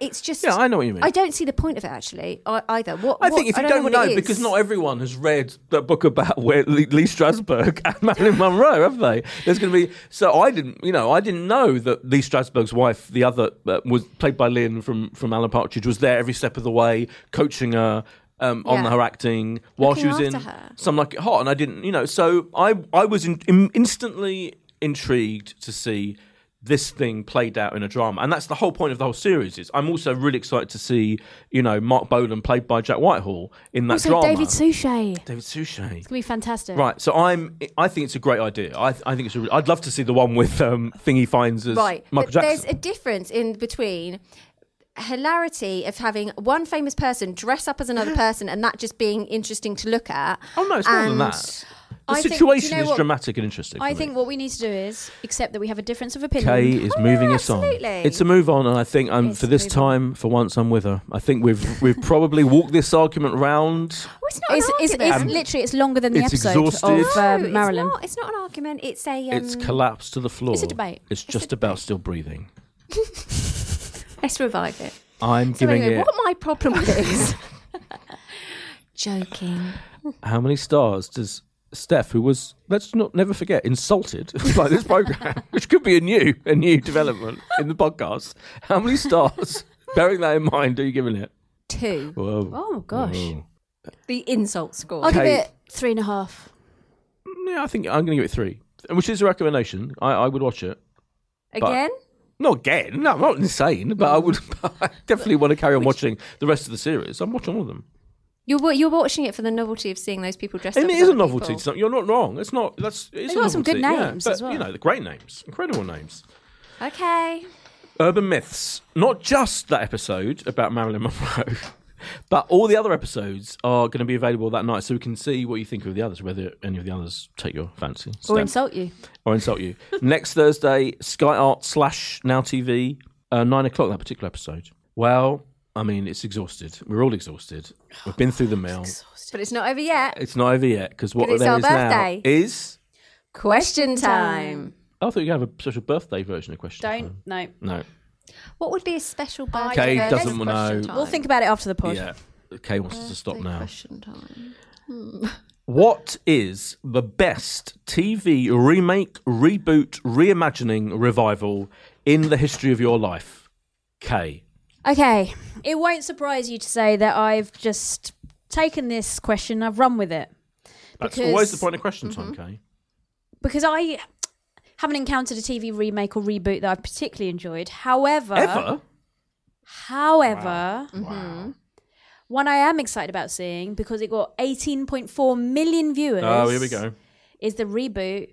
it's just
Yeah, I know what you mean.
I don't see the point of it actually I, either. What
I
what-
think if you
don't
don't,
what
know,
it is.
because not everyone has read that book about where Lee, Lee Strasberg and Marilyn Monroe, have they? There's going to be so I didn't, you know, I didn't know that Lee Strasberg's wife, the other, uh, was played by Lynn from from Alan Partridge, was there every step of the way, coaching her. Um, On
Yeah.
her acting while she was
Looking
in
after her.
Some Like It Hot, and I didn't, you know, so I I was in, in, instantly intrigued to see this thing played out in a drama, and that's the whole point of the whole series. Is I'm also really excited to see, you know, Mark Bolan played by Jack Whitehall in that
Also,
drama.
David Suchet. It's
David Suchet.
gonna be fantastic.
Right, so I'm. I think it's a great idea. I, I think it's. A, I'd love to see the one with um, Thingy Finds as
right.
Michael
but
Jackson.
There's a difference in between hilarity of having one famous person dress up as another person and that just being interesting to look at.
oh no, it's more than
and-
that. The
I think- do you
situation
know
is
what-
dramatic and interesting.
I
for me.
think what we need to do is accept that we have a difference of opinion.
Kay is moving us on.
absolutely.
It's a move on, and I think I'm,
Oh, It's
for
a
this
move
time, for once, I'm with her. I think we've we've probably walked this argument round.
Well, it's not
It's,
an
it's, it's
argument.
literally it's longer than the
It's
episode
exhausted.
of
No,
um, Marilyn.
It's not, it's not an argument. It's a. Um,
it's collapsed to the floor.
it's a debate.
It's just about still breathing.
let's revive it.
I'm
So
giving
anyway,
it.
what my problem with it is. Joking.
How many stars does Steph, who was let's not never forget insulted by this program, which could be a new a new development in the podcast? How many stars? Bearing that in mind, are you giving it?
Two.
Whoa.
Oh gosh,
Whoa.
The insult score.
I'll give
Kay.
it three and a half.
Yeah, I think I'm going to give it three, which is a recommendation. I, I would watch it.
Again?
Not again. No, I'm not insane, but I would I definitely want to carry on watching the rest of the series. I'm watching all of them.
You're, wa- you're watching it for the novelty of seeing those people dressed
And
up.
it
as
is a
other
novelty.
people.
to some- You're not wrong. It's not. That's. It's
They've
a
got some good
novelty, yeah.
names
but,
as well.
You know, the great names, incredible names.
Okay.
Urban myths. Not just that episode about Marilyn Monroe, but all the other episodes are going to be available that night, so we can see what you think of the others, whether any of the others take your fancy
Or
Steph,
insult you.
or insult you. Next Thursday, Sky Art slash Now TV, uh, nine o'clock. That particular episode. Well, I mean, it's exhausted. We're all exhausted. We've been through the mill.
But it's not over yet.
It's not over yet because what
'Cause it's
there
our
is now
birthday.
is.
Question time.
I thought you could have a special birthday version of question.
Don't.
Time.
No.
No.
What would be a special birthday?
Kay
version
doesn't
of
know.
question time?
We'll think about it after the pod.
Yeah. Kay wants us to stop
Birthday
now.
Question time.
What is the best TV remake, reboot, reimagining, revival in the history of your life? Kay.
Okay. It won't surprise you to say that I've just taken this question, I've run with it.
That's
Because-
always the point of question time,
Mm-hmm.
Kay.
Because I haven't encountered a TV remake or reboot that I've particularly enjoyed. However,
Uh-huh.
Ever?
however,
Mm-hmm.
Wow.
one I am excited about seeing because it got 18.4 million viewers.
Oh, here we go.
Is the reboot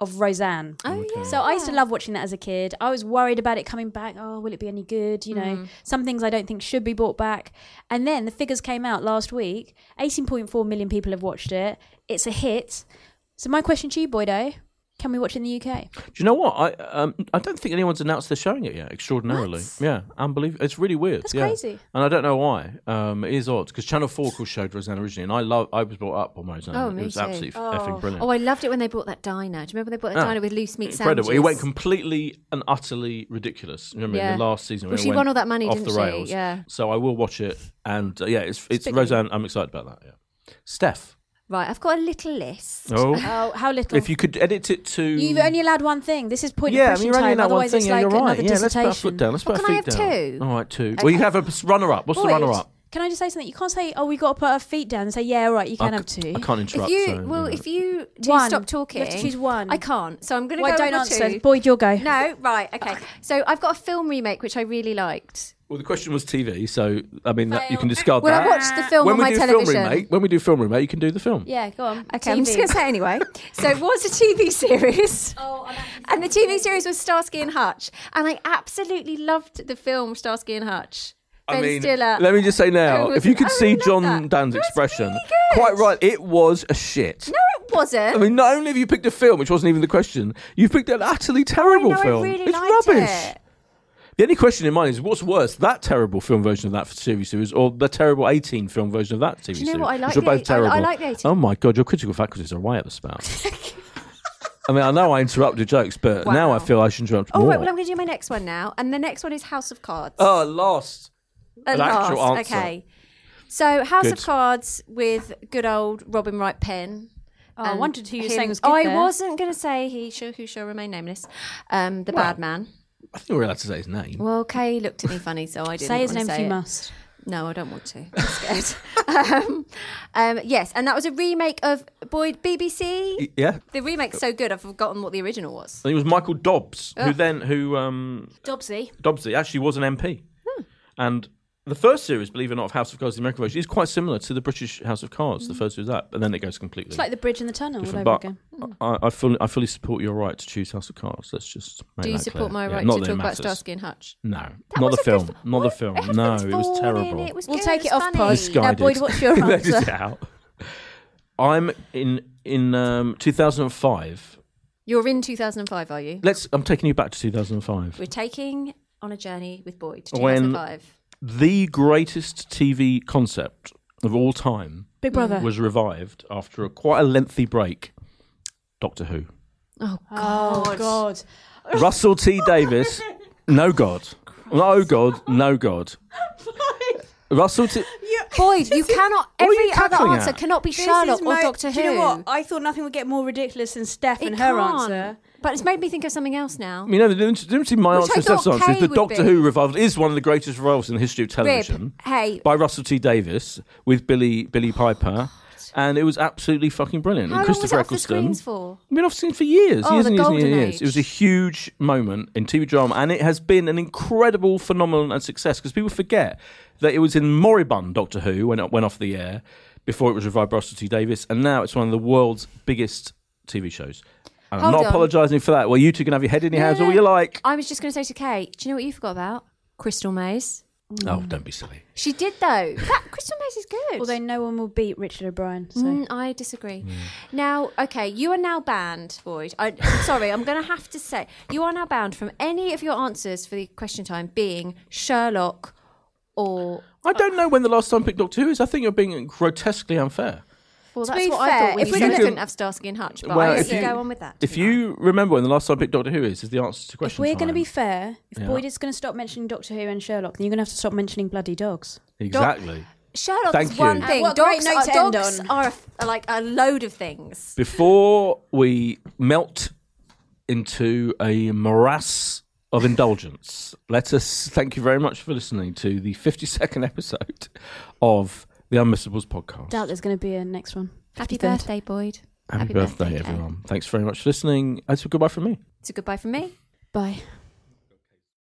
of Roseanne.
Oh, yeah.
So I used to love watching that as a kid. I was worried about it coming back. Oh, will it be any good? You know,
Mm.
some things I don't think should be brought back. And then the figures came out last week. 18.4 million people have watched it. It's a hit. So my question to you, Boydo, can we watch it in the UK?
Do you know what? I um, I don't think anyone's announced they're showing it yet. Extraordinarily, yeah, unbelievable. It's really weird.
That's
yeah.
crazy.
and I don't know why. Um, it is odd because Channel Four of course showed Roseanne originally, and I love. I was brought up on Roseanne.
Oh,
it
me
was
too.
absolutely f- effing brilliant.
Oh, I loved it when they brought that diner. Do you remember they brought the
Ah,
diner with loose meat
Incredible.
sandwiches?
It went completely and utterly ridiculous. You remember in
Yeah.
the last season?
Well,
when it
she
went
won all that money,
off
didn't
the
she?
rails.
Yeah.
So I will watch it, and uh, yeah, it's it's
big.
Roseanne. I'm excited about that. Yeah. Steph.
Right, I've got a little list.
Oh.
Oh, how little.
If you could edit it to.
have only allowed one thing. This is point
yeah,
of
I
question
mean, you're only
time.
allowed one
Otherwise,
thing.
it's
yeah,
like
you're right.
another
Yeah, let's put our
dissertation.
foot down. Let's put
Well,
our
can I
feet
have
down.
two?
All right, two. Well, you have a runner up. What's the
Boyd,
runner up?
Can I just say something? You can't say, "Oh, we got to put our feet down." and Say, "Yeah, all right, you can
I
have
c-
two.
I can't
If
interrupt.
you
so,
well,
know.
if you do
One.
stop talking,
You have to choose one.
I can't, so I'm going to
Why
go
don't
with
answer?
two.
Boyd, you'll go.
No, right, okay. So I've got a film remake which I really liked.
well, the question was TV, so I mean that, you can discard
Well,
that.
I watched the film
when
on
we
my
do
television.
film remake, when we do film remake, you can do the film.
Yeah, go on.
Okay, I'm just going to say it anyway. So it was a TV series.
Oh, I'm
And the TV series was Starsky and Hutch. And I absolutely loved the film Starsky and Hutch.
I
Ben
mean,
Stiller.
let me just say now,
Oh,
if you could
I
see
love
John
that.
Dan's
That was
expression,
really good.
quite right, it was a shit.
No, it wasn't.
I mean, not only have you picked a film, which wasn't even the question, you've picked an utterly terrible
no,
film.
I really
it's
liked
rubbish.
it.
The only question in mind is what's worse, that terrible film version of that TV series or the terrible 18 film version of that TV series?
you know what? I
which
like
are
the
both
eight- I- I
terrible.
like the 18.
Oh my God, your critical faculties are way up the spout. I mean, I know I interrupted jokes, but now I
Wow.
feel I should interrupt
Oh,
more.
right. Well, I'm going to do my next one now. And the next one is House of Cards.
oh, lost.
At
an actual
last.
answer.
Okay. So, House
Good.
of Cards with good old Robin Wright Penn.
Oh, I
and
wondered who you were
him-
saying was good
I
there.
wasn't going to say he shall, who shall remain nameless, um, the bad man.
I think we're allowed to say his name.
Well, Kay looked at me funny, so I didn't.
Say his
wanna
name if
say
you
it.
must.
No, I don't want to. I'm scared. um, um, yes, and that was a remake of Boyd BBC.
Y- Yeah, I think
The remake's so good, I've forgotten what the original was.
it was Michael Dobbs, who
Ugh.
then who um,
Dobbsy.
Dobbsy actually was an MP.
Hmm.
And the first series, believe it or not, of House of Cards, the American version, is quite similar to the British House of Cards,
Hmm.
the first series of that, but then it goes completely.
It's like the bridge and the tunnel all over
different. But
again.
Mm.
I, I, fully, I fully support your right to choose House of Cards. Let's just make
Do you
that
support
clear.
my
uh, Yeah,
right
not
to
that it
talk about
matters.
Starsky and Hutch?
No,
That
not
was
the
a good
film.
fi-
Not the
What?
film.
It had
No,
Vince
it was
Vaughn in
terrible.
It was
We'll
good,
take it off
funny.
pod.
Misguided.
Now, Boyd, what's your
Let it
answer?
out. I'm in in um, 2005.
You're in 2005, are you?
Let's. I'm taking you back to 2005.
We're taking on a journey with Boyd. to
When-
2005.
The greatest TV concept of all time
Big Brother.
Mm. was revived after a quite a lengthy break. Doctor Who.
Oh God!
Oh God!
Russell T Davis. No God. No God. No God. Russell T.
Boyd, you cannot.
What are
Every
you
other
cackling
answer
at?
cannot be
This
Sherlock
is
or
my-
Doctor
do
Who.
You know what? I thought nothing would get more ridiculous than Steph
It
and her
can't.
answer.
but it's made me think of something else now.
You know, the difference the difference between my
Which
answer
I
and Steph's
thought
answer is
Kay
the
would
Doctor
be.
Who revival is one of the greatest revivals in the history of
Rib,
television
hey,
by Russell T Davis with Billy Billy Piper. And it was absolutely fucking brilliant.
how
and
long was it
Christopher
off the
Eccleston.
screens for?
I've been off screen for years,
Oh,
years and years
the
and years, and
golden
years. It was a
age.
huge moment in TV drama, and it has been an incredible phenomenon and success because people forget that it was in moribund Doctor Who when it went off the air before it was revived by Russell T Davis, and now it's one of the world's biggest TV shows. And I'm
Hold
not
on.
apologising for that. Well, you two can have your head in your
No,
hands
no,
all
no.
you like.
I was just going to say to Kate, do you know what you forgot about? Crystal Maze.
Oh, don't be silly.
She did though. That Crystal Maze is good.
Although no one will beat Richard O'Brien. So.
Mm, I disagree. Now, okay, you are now banned, Boyd. I, I'm sorry, I'm going to have to say you are now banned from any of your answers for the question time being Sherlock or.
I don't know when the last time I picked Doctor Who is. I think you're being grotesquely unfair.
Well,
To
that's
be
what I
fair,
thought when
if
you
we're
said I
looking-
couldn't have Starsky and Hutch, but
Well,
I
if
guess you
you-
go on with that.
If you remember when the last time I picked Doctor Who is, is the answer to
If
question.
we're going to
time.
be fair, if
Yeah.
Boyd is going to stop mentioning Doctor Who and Sherlock, then you're going to have to stop mentioning bloody dogs.
exactly.
Sherlock
Thank
is one
you.
thing.
And what a
dogs
great note
are,
to end
dogs
on.
are, a, are like a load of things.
before we melt into a morass of indulgence, let us thank you very much for listening to the 52nd episode of the Unmissables podcast.
Doubt there's going to be a next one.
Happy
53rd.
birthday, Boyd.
Happy,
Happy
birthday,
birthday, Kay.
everyone. Thanks very much for listening. That's a goodbye from me.
It's a goodbye from me.
Bye.